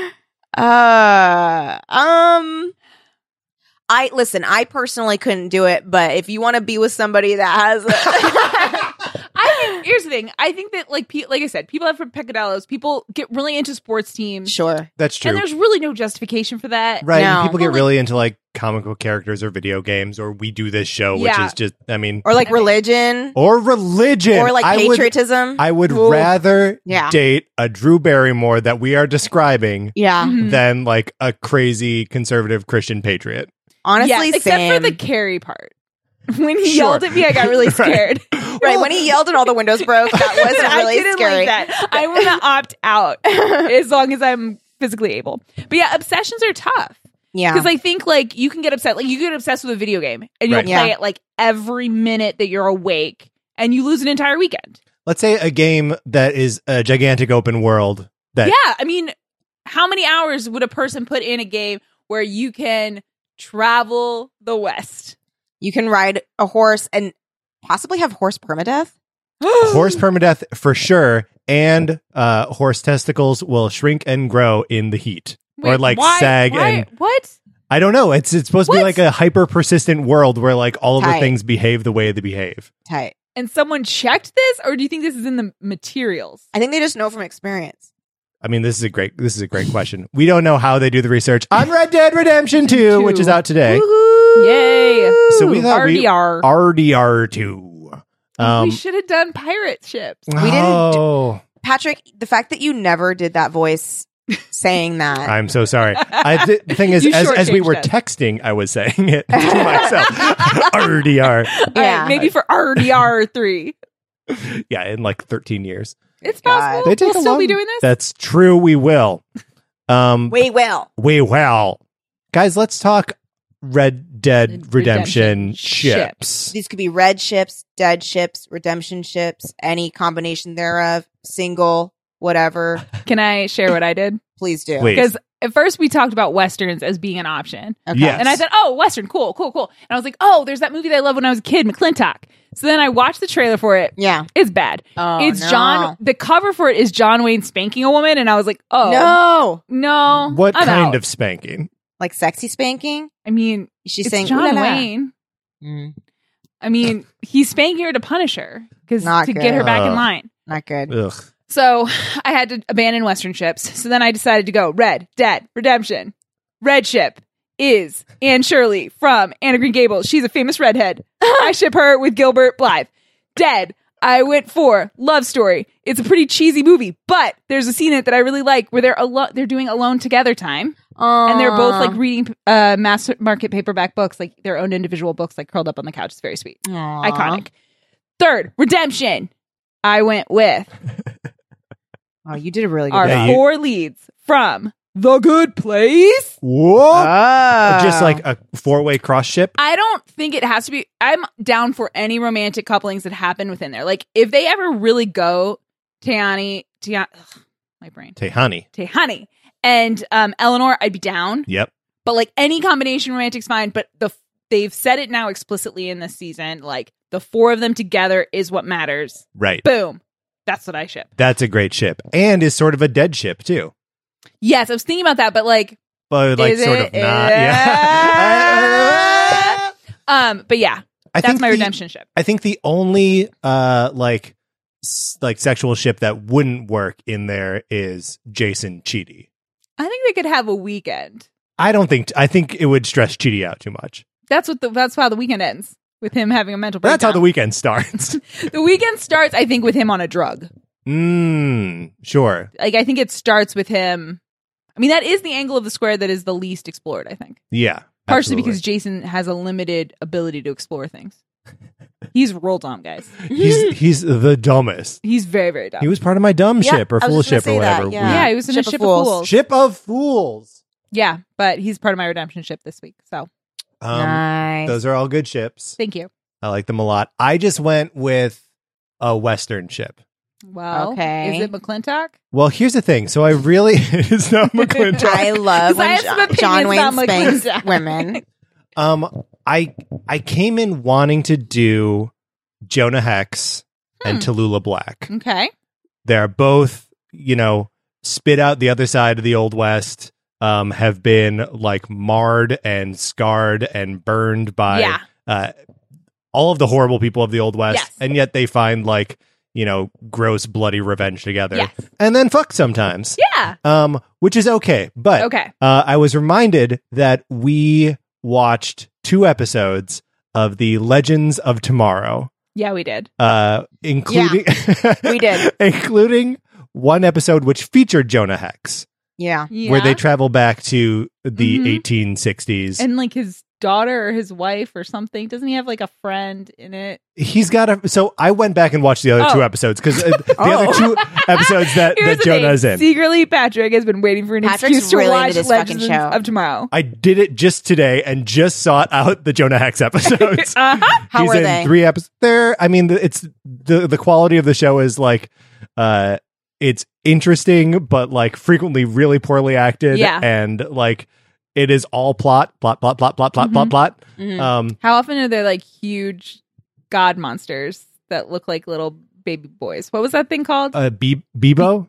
[SPEAKER 3] [laughs]
[SPEAKER 5] uh, um, I listen. I personally couldn't do it, but if you want to be with somebody that has,
[SPEAKER 3] [laughs] [laughs] I think here's the thing. I think that like pe- like I said, people have peccadillos. People get really into sports teams,
[SPEAKER 5] sure,
[SPEAKER 4] That's true.
[SPEAKER 3] and there's really no justification for that.
[SPEAKER 4] Right. and
[SPEAKER 5] No.
[SPEAKER 4] people
[SPEAKER 3] Well,
[SPEAKER 4] get
[SPEAKER 3] like-
[SPEAKER 4] really into like comic book characters or video games or we do this show,
[SPEAKER 3] Yeah.
[SPEAKER 4] which is just, I mean,
[SPEAKER 5] or like
[SPEAKER 3] I mean-
[SPEAKER 5] religion,
[SPEAKER 4] or religion.
[SPEAKER 5] or like
[SPEAKER 4] I
[SPEAKER 5] patriotism.
[SPEAKER 4] Would, I would
[SPEAKER 5] Ooh.
[SPEAKER 4] rather
[SPEAKER 5] Yeah.
[SPEAKER 4] date a Drew Barrymore that we are describing
[SPEAKER 5] yeah,
[SPEAKER 3] Mhm.
[SPEAKER 4] than like a crazy conservative Christian patriot.
[SPEAKER 5] honestly,
[SPEAKER 3] Yes, except
[SPEAKER 5] same.
[SPEAKER 3] for the carry part. [laughs] When he
[SPEAKER 4] Sure.
[SPEAKER 3] yelled at me, I got
[SPEAKER 5] [laughs]
[SPEAKER 3] really
[SPEAKER 4] Right.
[SPEAKER 3] scared.
[SPEAKER 5] right when he yelled and all the windows
[SPEAKER 3] [laughs]
[SPEAKER 5] broke, that wasn't
[SPEAKER 3] I
[SPEAKER 5] really
[SPEAKER 3] didn't like
[SPEAKER 5] scary.
[SPEAKER 3] that. I want
[SPEAKER 5] [laughs]
[SPEAKER 3] to opt out as long as I'm physically able. But yeah, obsessions are tough
[SPEAKER 5] Yeah,
[SPEAKER 3] because I think like you can get upset. Like you get obsessed with a video game and you'll
[SPEAKER 4] Right.
[SPEAKER 3] play
[SPEAKER 5] Yeah.
[SPEAKER 3] it like every minute that you're awake, and you lose an entire weekend.
[SPEAKER 4] Let's say a game that is a gigantic open world that
[SPEAKER 3] Yeah, I mean, how many hours would a person put in a game where you can travel the West?
[SPEAKER 5] you can ride a horse and possibly have horse permadeath.
[SPEAKER 4] horse permadeath for sure and uh, horse testicles will shrink and grow in the heat.
[SPEAKER 3] [gasps]
[SPEAKER 4] or
[SPEAKER 3] Wait,
[SPEAKER 4] like
[SPEAKER 3] why-
[SPEAKER 4] sag
[SPEAKER 3] why-
[SPEAKER 4] and
[SPEAKER 3] what?
[SPEAKER 4] I don't know. It's it's supposed to be
[SPEAKER 3] What?
[SPEAKER 4] like a hyper persistent world where like all of the
[SPEAKER 5] Tight.
[SPEAKER 4] things behave the way they behave.
[SPEAKER 5] Tight.
[SPEAKER 3] and someone checked this or do you think this is in the materials
[SPEAKER 5] I think they just know from experience.
[SPEAKER 4] I mean, this is a great this is a great question. We don't know how they do the research on Red Dead Redemption 2,
[SPEAKER 3] Two.
[SPEAKER 4] which is out today.
[SPEAKER 3] yay
[SPEAKER 4] So we um, thought we
[SPEAKER 3] rdr
[SPEAKER 4] RDR two.
[SPEAKER 3] we should have done pirate ships
[SPEAKER 5] We didn't do-
[SPEAKER 4] Oh,
[SPEAKER 5] Patrick, the fact that you never did that voice saying that.
[SPEAKER 4] I'm so sorry. I, th-
[SPEAKER 3] [laughs]
[SPEAKER 4] the thing is,
[SPEAKER 3] You
[SPEAKER 4] as, as we
[SPEAKER 3] shortchanged
[SPEAKER 4] were
[SPEAKER 3] us.
[SPEAKER 4] texting, I was saying it [laughs] to myself. [laughs] RDR.
[SPEAKER 3] All right,
[SPEAKER 5] [laughs] yeah.
[SPEAKER 3] maybe for rdr 3
[SPEAKER 4] Yeah, in like 13 years.
[SPEAKER 3] it's
[SPEAKER 5] God.
[SPEAKER 3] possible
[SPEAKER 4] They take
[SPEAKER 3] we'll
[SPEAKER 4] a
[SPEAKER 3] still
[SPEAKER 4] long-
[SPEAKER 3] [laughs] be doing this
[SPEAKER 4] That's true. We will. Um,
[SPEAKER 5] we will.
[SPEAKER 4] we will. guys, let's talk Red Dead Redemption,
[SPEAKER 3] Redemption
[SPEAKER 4] ships.
[SPEAKER 5] These could be red ships, dead ships, redemption ships, any combination thereof, single,
[SPEAKER 4] [laughs]
[SPEAKER 5] whatever.
[SPEAKER 3] Can I share what I did?
[SPEAKER 5] Please do.
[SPEAKER 4] Wait.
[SPEAKER 3] Because at first we talked about westerns as being an option.
[SPEAKER 5] Okay.
[SPEAKER 4] Yes.
[SPEAKER 3] And I said, "Oh, Western, cool, cool, cool." And I was like, "Oh, there's that movie that I loved when I was a kid, McClintock." So then I watched the trailer for it.
[SPEAKER 5] Yeah.
[SPEAKER 3] It's bad.
[SPEAKER 5] Oh,
[SPEAKER 3] it's
[SPEAKER 5] no.
[SPEAKER 3] John. The cover for it is John Wayne spanking a woman, and I was like, "Oh
[SPEAKER 5] No.
[SPEAKER 3] no,
[SPEAKER 4] what
[SPEAKER 3] um, I'm
[SPEAKER 4] kind
[SPEAKER 3] out.
[SPEAKER 4] of spanking?
[SPEAKER 5] Like sexy spanking?
[SPEAKER 3] I mean,
[SPEAKER 5] She's
[SPEAKER 3] it's
[SPEAKER 5] saying
[SPEAKER 3] John
[SPEAKER 5] "Ooh la la."
[SPEAKER 3] Wayne.
[SPEAKER 5] Mm,
[SPEAKER 3] I mean, he's spanking her to punish her because to
[SPEAKER 5] Not
[SPEAKER 3] get her
[SPEAKER 4] good.
[SPEAKER 3] back in
[SPEAKER 4] Ugh.
[SPEAKER 3] line.
[SPEAKER 5] not good.
[SPEAKER 4] Ugh.
[SPEAKER 3] So [laughs] I had to abandon Western ships. So then I decided to go Red Dead Redemption. Red ship is Anne Shirley from Anna Green Gables. She's a famous
[SPEAKER 5] [laughs]
[SPEAKER 3] redhead. I ship her with Gilbert Blythe. Dead. I went for Love Story. It's a pretty cheesy movie, but there's a scene in it that I really like where they're alo- they're doing alone together time, and they're both like reading uh, mass market paperback books, like their own individual books, like curled up on the couch. It's very sweet
[SPEAKER 5] Aw.
[SPEAKER 3] iconic. Third, Redemption. I went with
[SPEAKER 5] Oh, you did a really good
[SPEAKER 3] our
[SPEAKER 4] Yeah,
[SPEAKER 5] job.
[SPEAKER 4] you-
[SPEAKER 3] four leads from The Good Place.
[SPEAKER 4] Whoa!
[SPEAKER 5] Oh.
[SPEAKER 3] Ah.
[SPEAKER 4] Just like a four-way cross ship.
[SPEAKER 3] I don't think it has to be. I'm down for any romantic couplings that happen within there. Like if they ever really go, Tiani, Tiani, my brain,
[SPEAKER 4] Tehani.
[SPEAKER 3] Tehani, and um, Eleanor, I'd be down.
[SPEAKER 4] Yep.
[SPEAKER 3] But like any combination romantic's fine. But the f- they've said it now explicitly in this season. Like the four of them together is what matters.
[SPEAKER 4] Right.
[SPEAKER 3] Boom. That's what I ship.
[SPEAKER 4] That's a great ship, and is sort of a dead ship too.
[SPEAKER 3] Yes, I was thinking about that, but like,
[SPEAKER 4] But like,
[SPEAKER 3] Is
[SPEAKER 4] sort
[SPEAKER 3] it?
[SPEAKER 4] of not. Yeah.
[SPEAKER 3] um, but yeah,
[SPEAKER 4] [laughs] I
[SPEAKER 3] that's my
[SPEAKER 4] the-
[SPEAKER 3] redemption ship.
[SPEAKER 4] I think the only uh like s- like sexual ship that wouldn't work in there is Jason Chidi.
[SPEAKER 3] I think they could have a weekend.
[SPEAKER 4] I don't think I think it would stress Chidi out too much.
[SPEAKER 3] That's what the, that's how the weekend ends with him having a mental
[SPEAKER 4] But
[SPEAKER 3] breakdown.
[SPEAKER 4] that's how the weekend
[SPEAKER 5] [laughs]
[SPEAKER 4] starts.
[SPEAKER 3] the weekend starts. I think with him on a drug.
[SPEAKER 4] Mmm. Sure.
[SPEAKER 3] Like I think it starts with him. I mean, that is the angle of the square that is the least explored. I think
[SPEAKER 4] Yeah.
[SPEAKER 3] partially
[SPEAKER 4] absolutely.
[SPEAKER 3] because Jason has a limited ability to explore things. He's roll dom, guys.
[SPEAKER 5] [laughs]
[SPEAKER 4] he's he's the dumbest.
[SPEAKER 3] He's very very dumb.
[SPEAKER 4] He was part of my dumb
[SPEAKER 5] Yeah,
[SPEAKER 4] ship or
[SPEAKER 5] I
[SPEAKER 4] fool
[SPEAKER 5] was just gonna
[SPEAKER 4] ship or
[SPEAKER 5] say that,
[SPEAKER 4] whatever.
[SPEAKER 5] yeah.
[SPEAKER 3] yeah, he was in a ship of fools.
[SPEAKER 4] Ship of fools.
[SPEAKER 3] Yeah, but he's part of my redemption ship this week. So
[SPEAKER 4] Um, [laughs]
[SPEAKER 5] nice.
[SPEAKER 4] Those are all good ships.
[SPEAKER 3] thank you.
[SPEAKER 4] I like them a lot. I just went with a Western ship.
[SPEAKER 3] Well,
[SPEAKER 5] Okay.
[SPEAKER 3] is it McClintock?
[SPEAKER 4] Well, here's the thing. So I really [laughs]
[SPEAKER 3] [laughs]
[SPEAKER 4] it's not McClintock.
[SPEAKER 5] I
[SPEAKER 3] [laughs]
[SPEAKER 5] love
[SPEAKER 3] 'Cause I
[SPEAKER 5] when
[SPEAKER 3] have some
[SPEAKER 5] John, John Wayne
[SPEAKER 3] opinions about [laughs]
[SPEAKER 5] spanks
[SPEAKER 3] McClintock.
[SPEAKER 5] women.
[SPEAKER 4] Um, I I came in wanting to do Jonah Hex and
[SPEAKER 3] Hmm.
[SPEAKER 4] Tallulah Black.
[SPEAKER 3] Okay.
[SPEAKER 4] They're both, you know, spit out the other side of the old west. Um, have been like marred and scarred and burned by
[SPEAKER 3] yeah.
[SPEAKER 4] uh, all of the horrible people of the old west,
[SPEAKER 3] Yes.
[SPEAKER 4] and yet they find like you know gross bloody revenge together,
[SPEAKER 3] Yes.
[SPEAKER 4] and then fuck sometimes.
[SPEAKER 3] Yeah.
[SPEAKER 4] Um, which is okay, but
[SPEAKER 3] Okay.
[SPEAKER 4] uh, I was reminded that we watched two episodes of the Legends of Tomorrow,
[SPEAKER 3] Yeah, we did.
[SPEAKER 4] uh, including [laughs]
[SPEAKER 5] we did.
[SPEAKER 4] including one episode which featured Jonah Hex,
[SPEAKER 5] Yeah.
[SPEAKER 3] Yeah.
[SPEAKER 4] where they travel back to the
[SPEAKER 3] Mhm.
[SPEAKER 4] 1860s.
[SPEAKER 3] and like his daughter or his wife or something. Doesn't he have like a friend in it?
[SPEAKER 4] He's got a. So I went back and watched the other
[SPEAKER 3] Oh.
[SPEAKER 4] two episodes because
[SPEAKER 3] [laughs]
[SPEAKER 4] uh, the
[SPEAKER 5] Oh.
[SPEAKER 4] other two episodes that
[SPEAKER 3] Here's
[SPEAKER 4] that
[SPEAKER 3] the
[SPEAKER 4] Jonah's
[SPEAKER 3] thing.
[SPEAKER 4] in.
[SPEAKER 3] Secretly, Patrick has been waiting for an
[SPEAKER 5] Patrick's
[SPEAKER 3] excuse to
[SPEAKER 5] really into
[SPEAKER 3] watch
[SPEAKER 5] this fucking
[SPEAKER 3] Legends
[SPEAKER 5] show.
[SPEAKER 3] of Tomorrow.
[SPEAKER 4] I did it just today and just sought out the
[SPEAKER 3] [laughs]
[SPEAKER 4] Jonah Hex episodes.
[SPEAKER 3] Uh-huh.
[SPEAKER 5] How
[SPEAKER 4] he's
[SPEAKER 5] are
[SPEAKER 4] in
[SPEAKER 5] they?
[SPEAKER 4] Three episodes. There, I mean, the- it's the the quality of the show is like, uh, it's interesting, but like frequently really poorly acted.
[SPEAKER 3] Yeah.
[SPEAKER 4] and like it is all plot, plot, plot, plot, plot, plot,
[SPEAKER 3] Mm-hmm.
[SPEAKER 4] plot, plot.
[SPEAKER 3] Mm.
[SPEAKER 5] Mhm.
[SPEAKER 4] Um,
[SPEAKER 3] How often are there like huge god monsters that look like little baby boys? What was that thing called?
[SPEAKER 4] uh, Be- Bebo,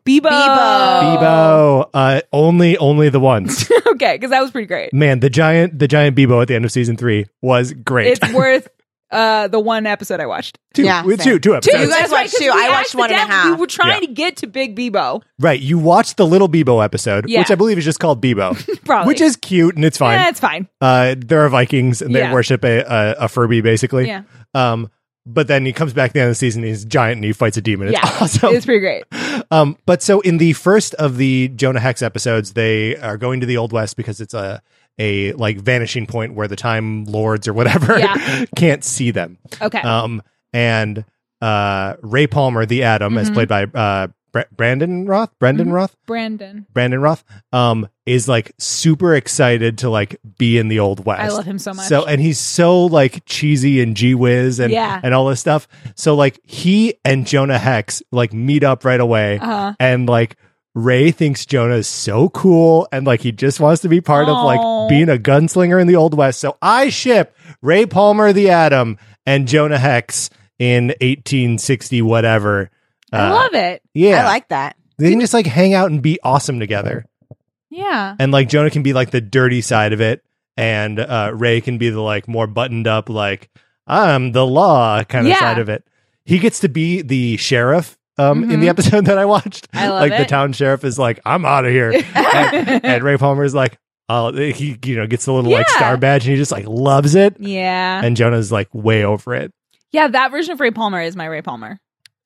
[SPEAKER 3] Bebo.
[SPEAKER 5] Bebo.
[SPEAKER 4] Bebo, uh, only only the ones.
[SPEAKER 3] [laughs] okay, because that was pretty great.
[SPEAKER 4] Man, the giant, the giant Bebo at the end of season three was great.
[SPEAKER 3] It's worth uh the one episode I watched.
[SPEAKER 4] [laughs] two,
[SPEAKER 5] Yeah,
[SPEAKER 4] we-
[SPEAKER 5] same.
[SPEAKER 4] two, two
[SPEAKER 3] Two.
[SPEAKER 4] episodes.
[SPEAKER 5] You guys
[SPEAKER 3] That's right,
[SPEAKER 5] watched two.
[SPEAKER 3] 'cause we
[SPEAKER 5] I watched one and a
[SPEAKER 3] accidentally-
[SPEAKER 5] half.
[SPEAKER 3] We were trying to get to Big Bebo.
[SPEAKER 4] Right, you watched the little Bebo episode,
[SPEAKER 3] Yeah.
[SPEAKER 4] which I believe is just called Bebo,
[SPEAKER 3] [laughs] Probably.
[SPEAKER 4] which is cute and it's fine.
[SPEAKER 3] Yeah, it's fine.
[SPEAKER 4] uh there are vikings and they
[SPEAKER 3] Yeah.
[SPEAKER 4] worship a, a a furby basically
[SPEAKER 3] Yeah.
[SPEAKER 4] um but then he comes back at the end of the season he's giant and he fights a demon it's
[SPEAKER 3] Yeah.
[SPEAKER 4] [laughs] awesome
[SPEAKER 3] It's pretty great.
[SPEAKER 4] um but so in the first of the jonah hex episodes they are going to the old west because it's a a like vanishing point where the time lords or whatever
[SPEAKER 3] Yeah.
[SPEAKER 4] [laughs] can't see them
[SPEAKER 3] Okay.
[SPEAKER 4] um and uh ray palmer the atom as
[SPEAKER 3] Mhm.
[SPEAKER 4] played by uh Bra- Brandon Roth, Brendan
[SPEAKER 3] Mhm.
[SPEAKER 4] Roth,
[SPEAKER 3] Brandon.
[SPEAKER 4] Brandon Roth, um, is like super excited to like be in the old west.
[SPEAKER 3] I love him so much.
[SPEAKER 4] So and he's so like cheesy and gee whiz and
[SPEAKER 3] Yeah.
[SPEAKER 4] and all this stuff. So like he and Jonah Hex like meet up right away,
[SPEAKER 3] uh,
[SPEAKER 4] and like Ray thinks Jonah is so cool, and like he just wants to be part of
[SPEAKER 3] Aw.
[SPEAKER 4] like being a gunslinger in the old west. So I ship Ray Palmer the Atom and Jonah Hex in 1860 whatever.
[SPEAKER 3] I
[SPEAKER 4] Uh,
[SPEAKER 3] love it.
[SPEAKER 4] yeah,
[SPEAKER 5] I like that.
[SPEAKER 4] they can just like hang out and be awesome together
[SPEAKER 3] Yeah.
[SPEAKER 4] and like Jonah can be like the dirty side of it, and uh, Ray can be the like more buttoned up, like I'm the law kind of
[SPEAKER 3] Yeah.
[SPEAKER 4] side of it. He gets to be the sheriff um, in the
[SPEAKER 5] Mhm.
[SPEAKER 4] episode that I watched.
[SPEAKER 3] Mm-hmm. I love
[SPEAKER 4] like the
[SPEAKER 3] it.
[SPEAKER 4] town sheriff is like, I'm out
[SPEAKER 3] [laughs]
[SPEAKER 4] of here, and, and Ray Palmer is like, oh, he you know gets the little like
[SPEAKER 3] Yeah.
[SPEAKER 4] star badge, and he just like loves it.
[SPEAKER 3] yeah.
[SPEAKER 4] And Jonah's like way over it.
[SPEAKER 3] yeah, that version of Ray Palmer is my Ray Palmer.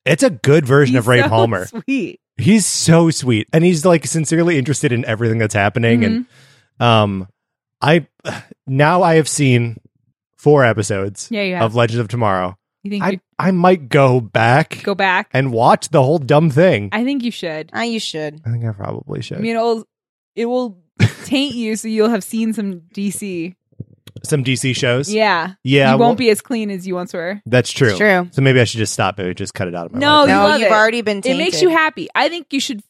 [SPEAKER 4] It's a good version of
[SPEAKER 3] He's
[SPEAKER 4] Ray
[SPEAKER 3] so [laughs]
[SPEAKER 4] Palmer.
[SPEAKER 3] Sweet.
[SPEAKER 4] He's so sweet, and he's like sincerely interested in everything that's happening, and
[SPEAKER 3] Mm-hmm.
[SPEAKER 4] Um, I [sighs] now I have seen four episodes
[SPEAKER 3] Yeah, you have.
[SPEAKER 4] of Legend of Tomorrow.
[SPEAKER 3] you think
[SPEAKER 4] I
[SPEAKER 3] you
[SPEAKER 4] I might go back
[SPEAKER 3] go back?
[SPEAKER 4] and watch the whole dumb thing. I,
[SPEAKER 3] I think you should.
[SPEAKER 5] Ah, you should.
[SPEAKER 4] think I probably should.
[SPEAKER 3] I mean, it'll, it will
[SPEAKER 4] [laughs]
[SPEAKER 3] taint you, so you'll have seen some DC.
[SPEAKER 4] Some DC shows.
[SPEAKER 3] Yeah,
[SPEAKER 4] yeah.
[SPEAKER 3] you won't
[SPEAKER 4] well,
[SPEAKER 3] be as clean as you once were.
[SPEAKER 4] That's true.
[SPEAKER 5] It's true.
[SPEAKER 4] So maybe I should just stop it. Just cut it out of my
[SPEAKER 3] No,
[SPEAKER 4] life.
[SPEAKER 3] Oh, you
[SPEAKER 5] no,
[SPEAKER 3] love
[SPEAKER 5] you've
[SPEAKER 3] it.
[SPEAKER 5] already been. Tainted.
[SPEAKER 3] It makes you happy. I think you should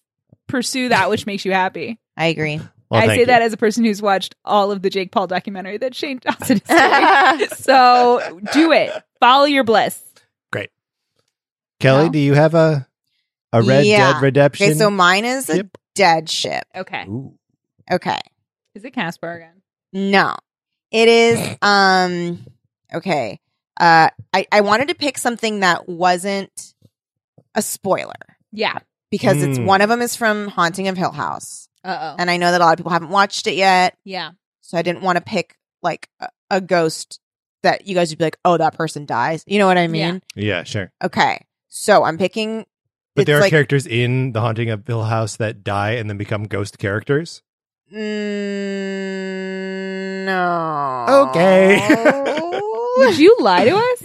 [SPEAKER 3] pursue that which makes you happy. [laughs]
[SPEAKER 5] I agree.
[SPEAKER 4] Well,
[SPEAKER 3] I
[SPEAKER 4] thank
[SPEAKER 3] say
[SPEAKER 4] you.
[SPEAKER 3] that as a person who's watched all of the Jake Paul documentary that Shane Dawson is doing.
[SPEAKER 5] I
[SPEAKER 4] [laughs]
[SPEAKER 5] [laughs]
[SPEAKER 3] so do it. Follow your bliss.
[SPEAKER 4] Kelly,
[SPEAKER 5] No.
[SPEAKER 4] do you have a a Red
[SPEAKER 5] Yeah.
[SPEAKER 4] Dead Redemption?
[SPEAKER 5] Okay, so mine is a
[SPEAKER 4] Yep.
[SPEAKER 5] dead ship.
[SPEAKER 3] Okay.
[SPEAKER 4] Ooh.
[SPEAKER 5] Okay.
[SPEAKER 3] Is it Casper again?
[SPEAKER 5] No.
[SPEAKER 4] [laughs]
[SPEAKER 5] It is um okay. Uh I I wanted to pick something that wasn't a spoiler
[SPEAKER 3] Yeah.
[SPEAKER 5] because it's
[SPEAKER 4] Mm.
[SPEAKER 5] one of them is from Haunting of Hill House.
[SPEAKER 3] Uh oh.
[SPEAKER 5] And I know that a lot of people haven't watched it yet,
[SPEAKER 3] Yeah.
[SPEAKER 5] so I didn't want to pick like a, a ghost that you guys would be like, "Oh, that person dies." You know what I mean?
[SPEAKER 4] yeah, sure.
[SPEAKER 5] Okay. So, I'm picking
[SPEAKER 4] But
[SPEAKER 5] it's
[SPEAKER 4] there are
[SPEAKER 5] like,
[SPEAKER 4] characters in The Haunting of Hill House that die and then become ghost characters.
[SPEAKER 5] Mm, no.
[SPEAKER 4] Okay.
[SPEAKER 5] Oh.
[SPEAKER 4] [laughs]
[SPEAKER 3] Would you lie to us?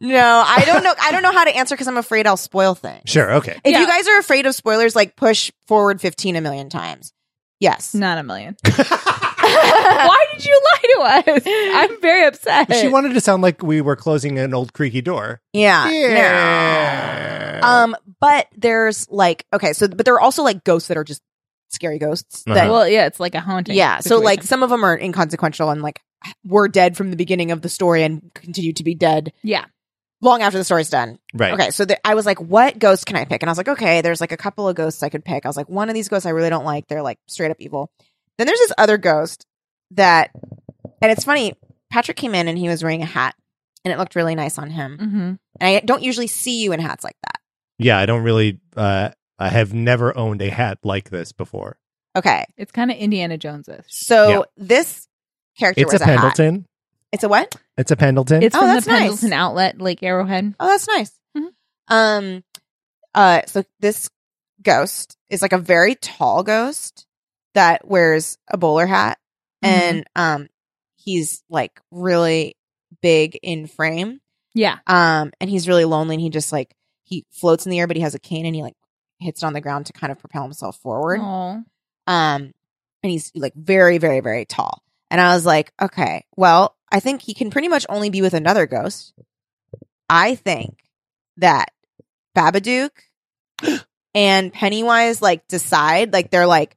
[SPEAKER 5] no, I don't know. I don't know how to answer because I'm afraid I'll spoil things.
[SPEAKER 4] Sure.
[SPEAKER 5] [laughs]
[SPEAKER 4] Okay.
[SPEAKER 5] If
[SPEAKER 3] Yeah.
[SPEAKER 5] you guys are afraid of spoilers, like push forward 15 a million times. Yes.
[SPEAKER 3] Not a million. Why did you lie to us? I'm very upset.
[SPEAKER 4] She wanted to sound like we were closing an old creaky door.
[SPEAKER 5] Yeah.
[SPEAKER 4] Yeah.
[SPEAKER 5] No. Uh, Um, but there's like okay, so but there are also like ghosts that are just scary ghosts that
[SPEAKER 4] Uh-huh.
[SPEAKER 3] well, yeah, it's like a haunting.
[SPEAKER 5] yeah. So like
[SPEAKER 3] situation.
[SPEAKER 5] some of them are inconsequential and like were dead from the beginning of the story and continue to be dead
[SPEAKER 3] yeah,
[SPEAKER 5] long after the story's done.
[SPEAKER 4] Right.
[SPEAKER 5] Okay, so the, I was like, what ghost can I pick? And I was like, okay, there's like a couple of ghosts I could pick. I was like, one of these ghosts I really don't like. They're like straight up evil. Then there's this other ghost that, and it's funny, Patrick came in and he was wearing a hat and it looked really nice on
[SPEAKER 4] Mm.
[SPEAKER 5] him.
[SPEAKER 3] hmm
[SPEAKER 5] And I don't usually see you in hats like that.
[SPEAKER 4] Yeah, I don't really. Uh, I have never owned a hat like this before.
[SPEAKER 5] Okay,
[SPEAKER 3] it's kind of Indiana Jones-ish.
[SPEAKER 5] so
[SPEAKER 4] Yeah.
[SPEAKER 5] this character
[SPEAKER 4] It's a
[SPEAKER 5] was a, hat.
[SPEAKER 4] Pendleton.
[SPEAKER 5] It's a what?
[SPEAKER 4] It's a Pendleton.
[SPEAKER 3] It's
[SPEAKER 5] Oh,
[SPEAKER 3] from
[SPEAKER 5] that's
[SPEAKER 3] the
[SPEAKER 5] nice.
[SPEAKER 3] Pendleton outlet, Lake Arrowhead.
[SPEAKER 5] Oh, that's nice.
[SPEAKER 3] Mhm.
[SPEAKER 4] Mm-hmm.
[SPEAKER 5] Um, uh, so this ghost is like a very tall ghost that wears a bowler hat,
[SPEAKER 3] Mm-hmm.
[SPEAKER 5] and um, he's like really big in frame.
[SPEAKER 3] Yeah,
[SPEAKER 5] Um, and he's really lonely, and he just like he floats in the air, but he has a cane, and he like hits it on the ground to kind of propel himself forward.
[SPEAKER 3] Aw.
[SPEAKER 5] Um, and he's like very, very, very tall. And I was like, okay, well, I think he can pretty much only be with another ghost. I think that Babadook and Pennywise like decide, like they're like,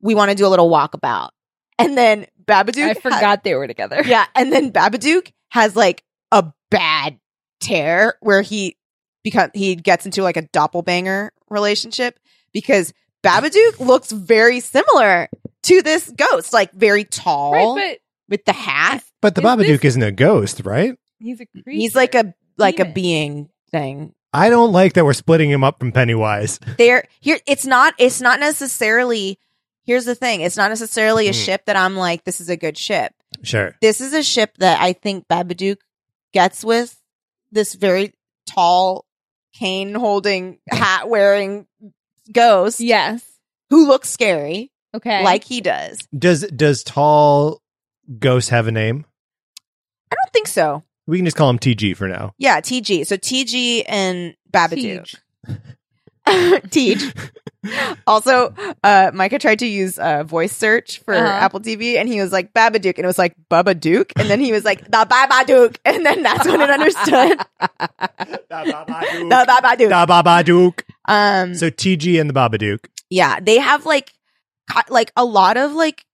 [SPEAKER 5] we want to do a little walkabout. And then Babadook,
[SPEAKER 3] I
[SPEAKER 5] ha-
[SPEAKER 3] forgot they were together.
[SPEAKER 5] [laughs] yeah, and then Babadook has like a bad tear where he become he gets into like a doppelbanger relationship because Babadook looks very similar to this ghost, like very
[SPEAKER 3] [laughs]
[SPEAKER 5] tall
[SPEAKER 3] right.
[SPEAKER 5] with the hat.
[SPEAKER 4] but the
[SPEAKER 3] is
[SPEAKER 4] Babadook
[SPEAKER 3] this-
[SPEAKER 4] isn't a ghost, right?
[SPEAKER 3] But he's a creature.
[SPEAKER 5] He's like a like a
[SPEAKER 3] Demon.
[SPEAKER 5] being thing.
[SPEAKER 4] I don't like that we're splitting him up from Pennywise.
[SPEAKER 5] There here it's not it's not necessarily here's the thing, it's not necessarily a
[SPEAKER 4] Mm.
[SPEAKER 5] ship that I'm like, this is a good ship.
[SPEAKER 4] Sure.
[SPEAKER 5] this is a ship that I think Babadook gets with this very tall cane holding hat wearing ghost
[SPEAKER 3] yes.
[SPEAKER 5] who looks scary
[SPEAKER 3] Okay.
[SPEAKER 5] like he does.
[SPEAKER 4] Does does tall ghost have a name?
[SPEAKER 5] I don't think so.
[SPEAKER 4] We can just call him TG for now.
[SPEAKER 5] Yeah, TG. So TG and Babadook.
[SPEAKER 3] Teej.
[SPEAKER 5] Teach. [laughs] Also, uh, Micah tried to use uh, voice search for
[SPEAKER 3] Uh-huh.
[SPEAKER 5] Apple TV, and he was like Babadook, and it was like Bubba Duke, and then he was like the Babadook, [laughs] and then that's when it [laughs] understood the
[SPEAKER 4] the
[SPEAKER 5] Babadook.
[SPEAKER 4] Babadook.
[SPEAKER 5] Um,
[SPEAKER 4] So TG and the Babadook.
[SPEAKER 5] yeah, they have like co- like a lot of like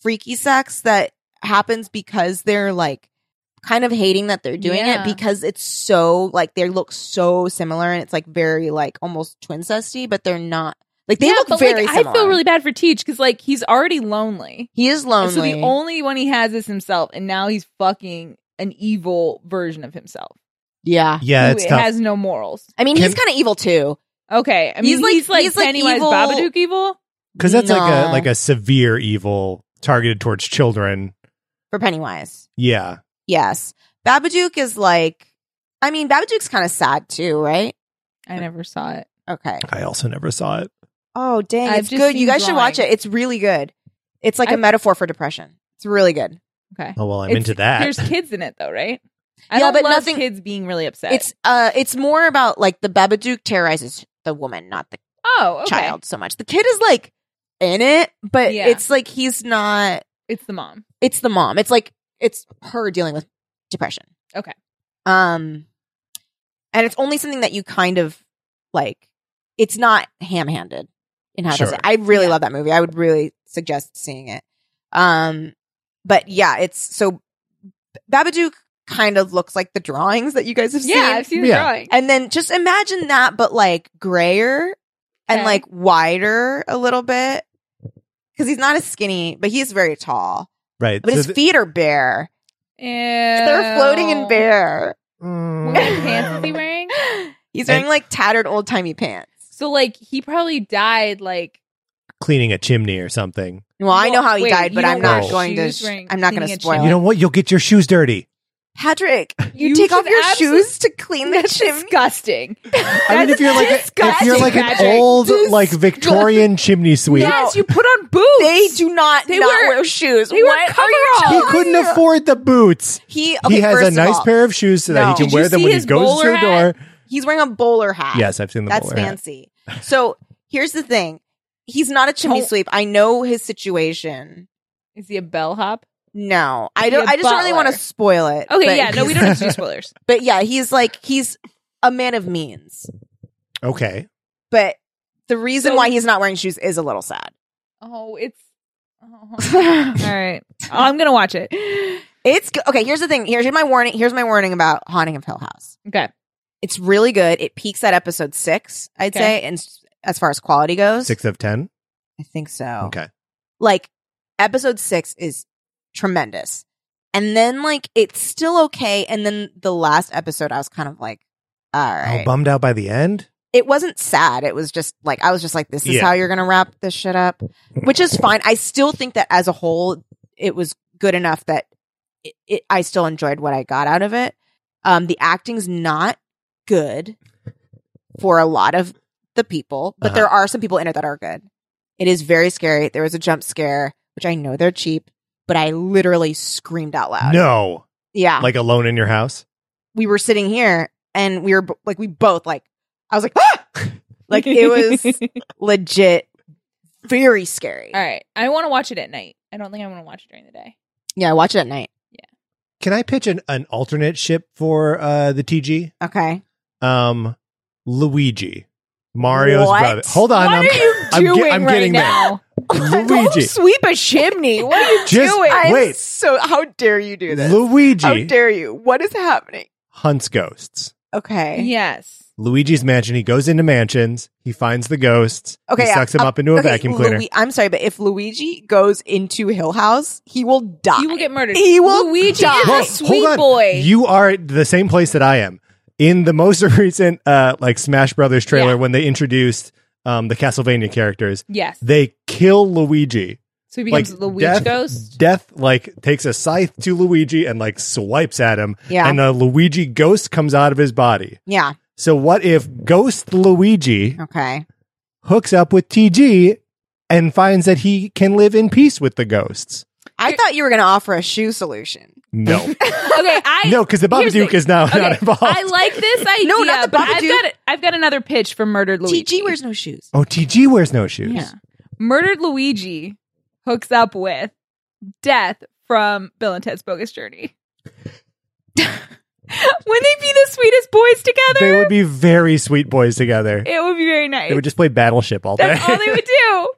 [SPEAKER 5] freaky sex that happens because they're like kind of hating that they're doing
[SPEAKER 3] Yeah.
[SPEAKER 5] it because it's so like they look so similar and it's like very like almost twin sexy, but they're not. Like they
[SPEAKER 3] Yeah,
[SPEAKER 5] look
[SPEAKER 3] but,
[SPEAKER 5] very
[SPEAKER 3] like,
[SPEAKER 5] similar.
[SPEAKER 3] I feel really bad for Teach because like he's already lonely.
[SPEAKER 5] He is
[SPEAKER 3] And
[SPEAKER 5] lonely.
[SPEAKER 3] so the only one he has is himself, and now he's fucking an evil version of himself.
[SPEAKER 5] yeah.
[SPEAKER 4] Yeah,
[SPEAKER 3] who
[SPEAKER 4] it's tough.
[SPEAKER 3] has no morals.
[SPEAKER 5] I mean, he's
[SPEAKER 4] Can-
[SPEAKER 5] kind of evil too.
[SPEAKER 3] Okay, I mean
[SPEAKER 5] He's
[SPEAKER 3] he's
[SPEAKER 5] like-
[SPEAKER 3] like he's like
[SPEAKER 5] he's like
[SPEAKER 3] Pennywise
[SPEAKER 5] evil-
[SPEAKER 3] Babadook evil.
[SPEAKER 4] because that's like
[SPEAKER 5] No.
[SPEAKER 4] a like a severe evil targeted towards children.
[SPEAKER 5] for Pennywise.
[SPEAKER 4] Yeah,
[SPEAKER 5] Yes. Babadook is like, I mean, Babadook's kind of sad too, right?
[SPEAKER 3] I never saw it.
[SPEAKER 5] Okay.
[SPEAKER 4] I also never saw it.
[SPEAKER 5] Oh, dang.
[SPEAKER 3] I've
[SPEAKER 5] it's
[SPEAKER 3] just
[SPEAKER 5] good. You
[SPEAKER 3] seen
[SPEAKER 5] guys should watch it.
[SPEAKER 3] drawings.
[SPEAKER 5] It's really good. It's like a
[SPEAKER 3] I-
[SPEAKER 5] metaphor for depression. It's really good.
[SPEAKER 3] Okay,
[SPEAKER 4] Oh well, I'm
[SPEAKER 3] It's-
[SPEAKER 4] into that.
[SPEAKER 3] There's kids in it though, right? I
[SPEAKER 5] Yeah,
[SPEAKER 3] don't
[SPEAKER 5] but
[SPEAKER 3] love
[SPEAKER 5] nothing-
[SPEAKER 3] kids being really upset.
[SPEAKER 5] It's uh, it's more about like the Babadook terrorizes the woman, not the
[SPEAKER 3] oh okay.
[SPEAKER 5] child so much. The kid is like in it, but
[SPEAKER 3] Yeah.
[SPEAKER 5] it's like he's not.
[SPEAKER 3] It's the mom.
[SPEAKER 5] It's the mom. It's like it's her dealing with depression.
[SPEAKER 3] Okay.
[SPEAKER 5] Um, and it's only something that you kind of like. It's not ham-handed in how it does
[SPEAKER 4] Sure.
[SPEAKER 5] it. I really
[SPEAKER 3] Yeah.
[SPEAKER 5] love that movie. I would really suggest seeing it. Um, but yeah, it's so Babadook kind of looks like the drawings that you guys have
[SPEAKER 3] Yeah, I've
[SPEAKER 5] seen,
[SPEAKER 3] seen the
[SPEAKER 4] Yeah.
[SPEAKER 3] drawing.
[SPEAKER 5] and then just imagine that, but like grayer and
[SPEAKER 3] Okay.
[SPEAKER 5] like wider a little bit because he's not as skinny, but he's very tall.
[SPEAKER 4] right,
[SPEAKER 5] But
[SPEAKER 4] so
[SPEAKER 5] his
[SPEAKER 4] th-
[SPEAKER 5] feet are bare; they're floating and
[SPEAKER 3] bare.
[SPEAKER 5] bare.
[SPEAKER 3] [laughs] What kind of
[SPEAKER 4] Mm.
[SPEAKER 3] pants is he wearing?
[SPEAKER 5] [laughs]
[SPEAKER 4] And-
[SPEAKER 5] He's wearing like tattered old timey pants.
[SPEAKER 3] So like he probably died like
[SPEAKER 4] cleaning a chimney or something.
[SPEAKER 5] Well, I know how he
[SPEAKER 3] Wait,
[SPEAKER 5] died,
[SPEAKER 3] you
[SPEAKER 5] but
[SPEAKER 3] don't
[SPEAKER 5] I'm not
[SPEAKER 4] wear
[SPEAKER 5] going to.
[SPEAKER 3] shoes
[SPEAKER 5] sh-
[SPEAKER 3] wearing-
[SPEAKER 5] I'm not going to
[SPEAKER 3] cleaning a
[SPEAKER 5] spoil.
[SPEAKER 3] chimney.
[SPEAKER 4] You know
[SPEAKER 5] It.
[SPEAKER 4] what? You'll get your shoes dirty. [laughs]
[SPEAKER 5] Patrick, you,
[SPEAKER 3] You
[SPEAKER 5] take off
[SPEAKER 3] should
[SPEAKER 5] your
[SPEAKER 3] abso-
[SPEAKER 5] shoes to clean the
[SPEAKER 3] That's
[SPEAKER 5] chimney.
[SPEAKER 3] disgusting.
[SPEAKER 4] I mean, if you're like a, if you're like an
[SPEAKER 3] Disgusting.
[SPEAKER 4] old
[SPEAKER 5] Disgusting.
[SPEAKER 4] like Victorian chimney sweep,
[SPEAKER 3] Yes, you put on boots.
[SPEAKER 5] They do not
[SPEAKER 3] They
[SPEAKER 5] not wear,
[SPEAKER 3] wear-
[SPEAKER 5] shoes.
[SPEAKER 3] they wear
[SPEAKER 5] What are you
[SPEAKER 3] coveralls.
[SPEAKER 4] he
[SPEAKER 5] telling
[SPEAKER 4] couldn't
[SPEAKER 5] me?
[SPEAKER 4] afford the boots.
[SPEAKER 5] He, okay,
[SPEAKER 4] he has
[SPEAKER 5] first
[SPEAKER 4] a
[SPEAKER 5] of
[SPEAKER 4] nice
[SPEAKER 5] all,
[SPEAKER 4] pair of shoes so that
[SPEAKER 5] No.
[SPEAKER 4] he
[SPEAKER 3] Did
[SPEAKER 4] can
[SPEAKER 3] you
[SPEAKER 4] wear them
[SPEAKER 3] see
[SPEAKER 4] when he
[SPEAKER 3] his
[SPEAKER 4] goes
[SPEAKER 3] bowler
[SPEAKER 4] through the door.
[SPEAKER 3] hat?
[SPEAKER 5] He's wearing a bowler hat.
[SPEAKER 4] Yes, I've seen the
[SPEAKER 5] That's
[SPEAKER 4] bowler hat.
[SPEAKER 5] fancy. So here's the thing. He's not a chimney
[SPEAKER 3] Don't-
[SPEAKER 5] sweep. I know his situation.
[SPEAKER 3] Is he a bellhop?
[SPEAKER 5] No, I
[SPEAKER 3] Be
[SPEAKER 5] don't.
[SPEAKER 3] a
[SPEAKER 5] I just don't really
[SPEAKER 3] butler.
[SPEAKER 5] want to spoil it.
[SPEAKER 3] Okay,
[SPEAKER 5] but
[SPEAKER 3] yeah, no, we
[SPEAKER 5] he's-
[SPEAKER 3] don't
[SPEAKER 5] [laughs]
[SPEAKER 3] have to do spoilers.
[SPEAKER 5] But yeah, he's like he's a man of means.
[SPEAKER 4] Okay,
[SPEAKER 5] But the reason
[SPEAKER 3] So-
[SPEAKER 5] why he's not wearing shoes is a little sad.
[SPEAKER 3] Oh, it's
[SPEAKER 5] [laughs]
[SPEAKER 3] oh. all right. I'm gonna watch it.
[SPEAKER 5] It's go- okay. Here's the thing. Here's my warning. Here's my warning about Haunting of Hill House.
[SPEAKER 3] Okay,
[SPEAKER 5] It's really good. It peaks at episode six, I'd
[SPEAKER 3] Okay.
[SPEAKER 5] say, and s- as far as quality goes,
[SPEAKER 4] six of ten.
[SPEAKER 5] I think so.
[SPEAKER 3] Oh.
[SPEAKER 4] Okay,
[SPEAKER 5] like episode six is tremendous. And then like it's still okay. And then the last episode, I was kind of like, all
[SPEAKER 4] oh,
[SPEAKER 5] right.
[SPEAKER 4] bummed out by the end.
[SPEAKER 5] it wasn't sad. It was just like I was just like, this is
[SPEAKER 4] Yeah.
[SPEAKER 5] how you're gonna wrap this shit up, which is fine. I still think that as a whole, it was good enough that it, it, I still enjoyed what I got out of it. Um, the acting's not good for a lot of the people, but
[SPEAKER 4] Uh-huh.
[SPEAKER 5] there are some people in it that are good. It is very scary. There was a jump scare, which I know they're cheap, but I literally screamed out loud.
[SPEAKER 4] No,
[SPEAKER 5] Yeah,
[SPEAKER 4] like alone in your house.
[SPEAKER 5] we were sitting here and we were bo- like, we both like, I was like, ah!
[SPEAKER 4] [laughs]
[SPEAKER 5] like
[SPEAKER 3] [laughs]
[SPEAKER 5] it was legit very scary.
[SPEAKER 3] all right. I want to watch it at night. I don't think I want to watch it during the day.
[SPEAKER 5] Yeah, I watch it at night.
[SPEAKER 4] Can I pitch an, an alternate ship for uh, the TG?
[SPEAKER 5] Okay.
[SPEAKER 4] Um, Luigi, Mario's
[SPEAKER 5] What?
[SPEAKER 4] brother. Hold on,
[SPEAKER 3] what
[SPEAKER 4] I'm,
[SPEAKER 3] are you
[SPEAKER 4] I'm ge-
[SPEAKER 3] doing
[SPEAKER 4] I'm
[SPEAKER 3] right
[SPEAKER 4] getting there.
[SPEAKER 5] [laughs]
[SPEAKER 3] now?
[SPEAKER 4] Luigi.
[SPEAKER 5] sweep a chimney. What are
[SPEAKER 4] [laughs]
[SPEAKER 5] you
[SPEAKER 4] Just
[SPEAKER 5] I'm
[SPEAKER 4] wait,
[SPEAKER 5] So how dare you do this? How
[SPEAKER 4] Luigi
[SPEAKER 5] dare you? What is happening?
[SPEAKER 4] hunts ghosts.
[SPEAKER 5] Okay.
[SPEAKER 3] Yes.
[SPEAKER 4] Luigi's mansion. He goes into mansions. He finds the ghosts.
[SPEAKER 5] Okay,
[SPEAKER 4] he
[SPEAKER 5] yeah,
[SPEAKER 4] sucks them
[SPEAKER 5] um,
[SPEAKER 4] up into a
[SPEAKER 5] okay,
[SPEAKER 4] vacuum cleaner.
[SPEAKER 5] Lui- I'm sorry, but if Luigi goes into Hill House, he will die.
[SPEAKER 3] He will get murdered.
[SPEAKER 5] He will
[SPEAKER 3] Luigi
[SPEAKER 5] die.
[SPEAKER 3] is
[SPEAKER 4] Whoa,
[SPEAKER 3] a sweet boy.
[SPEAKER 4] Oh, You are at the same place that I am. In the most [laughs] recent uh like Smash Brothers
[SPEAKER 3] Yeah.
[SPEAKER 4] trailer when they introduced um the Castlevania characters,
[SPEAKER 3] yes.
[SPEAKER 4] they kill Luigi.
[SPEAKER 3] So he becomes
[SPEAKER 4] like,
[SPEAKER 3] the Luigi
[SPEAKER 4] death- [laughs]
[SPEAKER 3] ghost.
[SPEAKER 4] Death like takes a scythe to Luigi and like swipes at him
[SPEAKER 5] Yeah.
[SPEAKER 4] and the Luigi ghost comes out of his body.
[SPEAKER 5] yeah.
[SPEAKER 4] So what if Ghost Luigi
[SPEAKER 5] Okay.
[SPEAKER 4] hooks up with TG and finds that he can live in peace with the ghosts?
[SPEAKER 5] I thought you were going to offer a shoe solution.
[SPEAKER 3] [laughs]
[SPEAKER 4] No, [laughs]
[SPEAKER 3] Okay, I
[SPEAKER 4] no, because the
[SPEAKER 3] here's
[SPEAKER 4] Babadook
[SPEAKER 3] the-
[SPEAKER 4] is now
[SPEAKER 3] okay,
[SPEAKER 4] not involved.
[SPEAKER 3] I like
[SPEAKER 4] [laughs]
[SPEAKER 3] this idea.
[SPEAKER 5] No, not the
[SPEAKER 3] but I've
[SPEAKER 5] Babadook.
[SPEAKER 3] got it. I've got another pitch for murdered Luigi.
[SPEAKER 5] TG wears no shoes.
[SPEAKER 4] oh, TG wears no shoes.
[SPEAKER 3] Yeah. Murdered Luigi hooks up with Death from Bill and Ted's Bogus
[SPEAKER 4] [laughs]
[SPEAKER 3] Journey. [laughs] Wouldn't they be the sweetest boys
[SPEAKER 4] They
[SPEAKER 3] together?
[SPEAKER 4] would be very sweet boys together.
[SPEAKER 3] it would be very nice.
[SPEAKER 4] They would just play Battleship all
[SPEAKER 3] [laughs]
[SPEAKER 4] day.
[SPEAKER 3] That's all
[SPEAKER 4] [laughs]
[SPEAKER 3] they would do.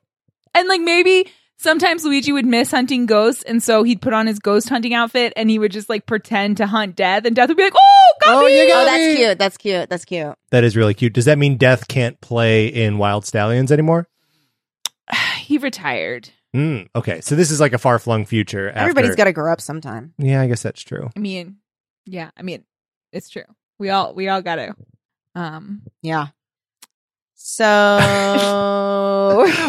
[SPEAKER 3] And like maybe sometimes Luigi would miss hunting ghosts, and so he'd put on his ghost hunting outfit and he would just like pretend to hunt Death, and Death would be like, "Oh, got
[SPEAKER 4] Oh,
[SPEAKER 3] me!"
[SPEAKER 4] you got me.
[SPEAKER 5] Oh, that's cute. That's cute. That's cute.
[SPEAKER 4] That is really cute. Does that mean Death can't play in Wild Stallions anymore?
[SPEAKER 3] [sighs] He retired.
[SPEAKER 4] Mm, okay, so this is like a far flung future. After.
[SPEAKER 5] Everybody's got to grow up sometime.
[SPEAKER 4] Yeah, I guess that's true.
[SPEAKER 3] I mean, yeah, I mean, it's true. We all we all got to. Um,
[SPEAKER 5] Yeah. So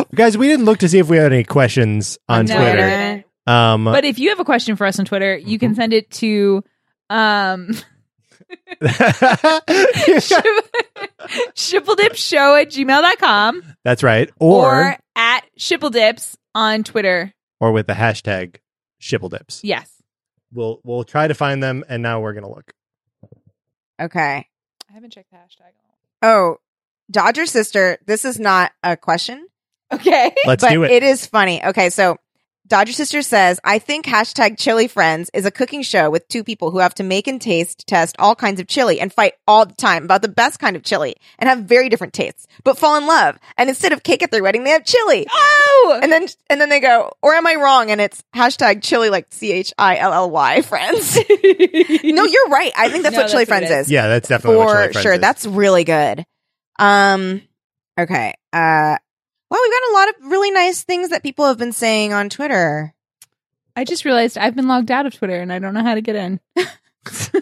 [SPEAKER 4] [laughs] Guys, we didn't look to see if we had any questions on
[SPEAKER 3] no,
[SPEAKER 4] Twitter.
[SPEAKER 3] no, no, no.
[SPEAKER 4] Um,
[SPEAKER 3] But if you have a question for us on Twitter, you can
[SPEAKER 4] Mm-hmm.
[SPEAKER 3] send it to
[SPEAKER 4] [laughs]
[SPEAKER 3] um [laughs] shippledipshow at gmail.com
[SPEAKER 4] [laughs] that's right.
[SPEAKER 3] or,
[SPEAKER 4] Or, or
[SPEAKER 3] at shippeldips on Twitter.
[SPEAKER 4] with the hashtag shippledips.
[SPEAKER 3] Yes.
[SPEAKER 4] We'll we'll try to find them, and now we're gonna look.
[SPEAKER 5] okay.
[SPEAKER 3] I haven't checked the hashtag.
[SPEAKER 5] Oh, Dodger sister. This is not a question,
[SPEAKER 3] Okay.
[SPEAKER 4] [laughs] Let's
[SPEAKER 5] but
[SPEAKER 4] do it.
[SPEAKER 5] it is funny. Okay, so Dodger sister says, "I think hashtag Chili Friends is a cooking show with two people who have to make and taste test all kinds of chili and fight all the time about the best kind of chili and have very different tastes, but fall in love. And instead of cake at their wedding, they have
[SPEAKER 3] [gasps]
[SPEAKER 5] chili."
[SPEAKER 3] Oh!
[SPEAKER 5] [laughs] And then and then they go, or am I wrong? And it's hashtag chili like C H I L L Y friends. [laughs] no, you're right. I think
[SPEAKER 3] [laughs]
[SPEAKER 5] that's
[SPEAKER 3] No,
[SPEAKER 5] what Chili
[SPEAKER 3] that's what it
[SPEAKER 5] Friends
[SPEAKER 3] is.
[SPEAKER 5] is.
[SPEAKER 4] yeah, that's definitely what Chili
[SPEAKER 5] For
[SPEAKER 4] Friends
[SPEAKER 5] sure.
[SPEAKER 4] is.
[SPEAKER 5] That's really good. Um okay. Uh well, we've got a lot of really nice things that people have been saying on Twitter.
[SPEAKER 3] I just realized I've been logged out of Twitter and I don't know how to get in. [laughs]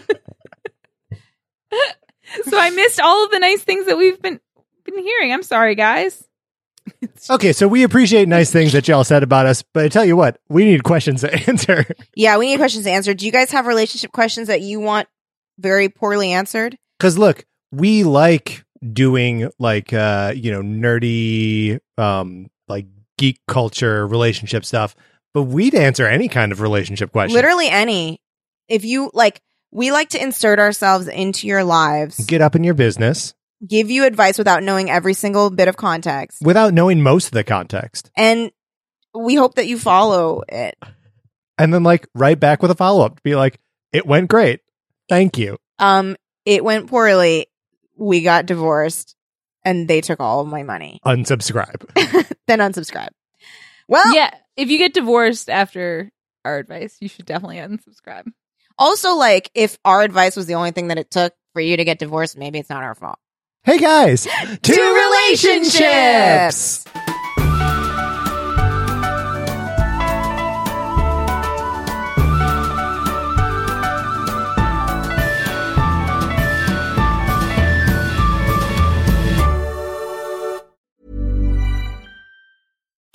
[SPEAKER 3] so I missed all of the nice things that we've been been hearing. I'm sorry, guys.
[SPEAKER 4] okay. So we appreciate nice things that y'all said about us, but I tell you what, we need questions to [laughs] answer.
[SPEAKER 5] Yeah, we need questions to answer. Do you guys have relationship questions that you want very poorly answered?
[SPEAKER 4] Because look, we like doing like uh, you know nerdy, um, like geek culture relationship stuff, but we'd answer any kind of relationship question.
[SPEAKER 5] Literally any. If you like we like to insert ourselves into your lives,
[SPEAKER 4] get up in your business
[SPEAKER 5] give you advice without knowing every single bit of context.
[SPEAKER 4] without knowing most of the context,
[SPEAKER 5] and we hope that you follow it.
[SPEAKER 4] and then like right back with a follow up to be like, "It went great, thank you."
[SPEAKER 5] Um, it went poorly. We got divorced, and they took all of my money.
[SPEAKER 4] Unsubscribe.
[SPEAKER 5] [laughs] Then unsubscribe. Well,
[SPEAKER 3] Yeah. If you get divorced after our advice, you should definitely unsubscribe.
[SPEAKER 5] also like if our advice was the only thing that it took for you to get divorced, maybe it's not our fault.
[SPEAKER 4] hey guys, two
[SPEAKER 5] relationships.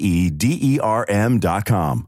[SPEAKER 4] E D E R M.com.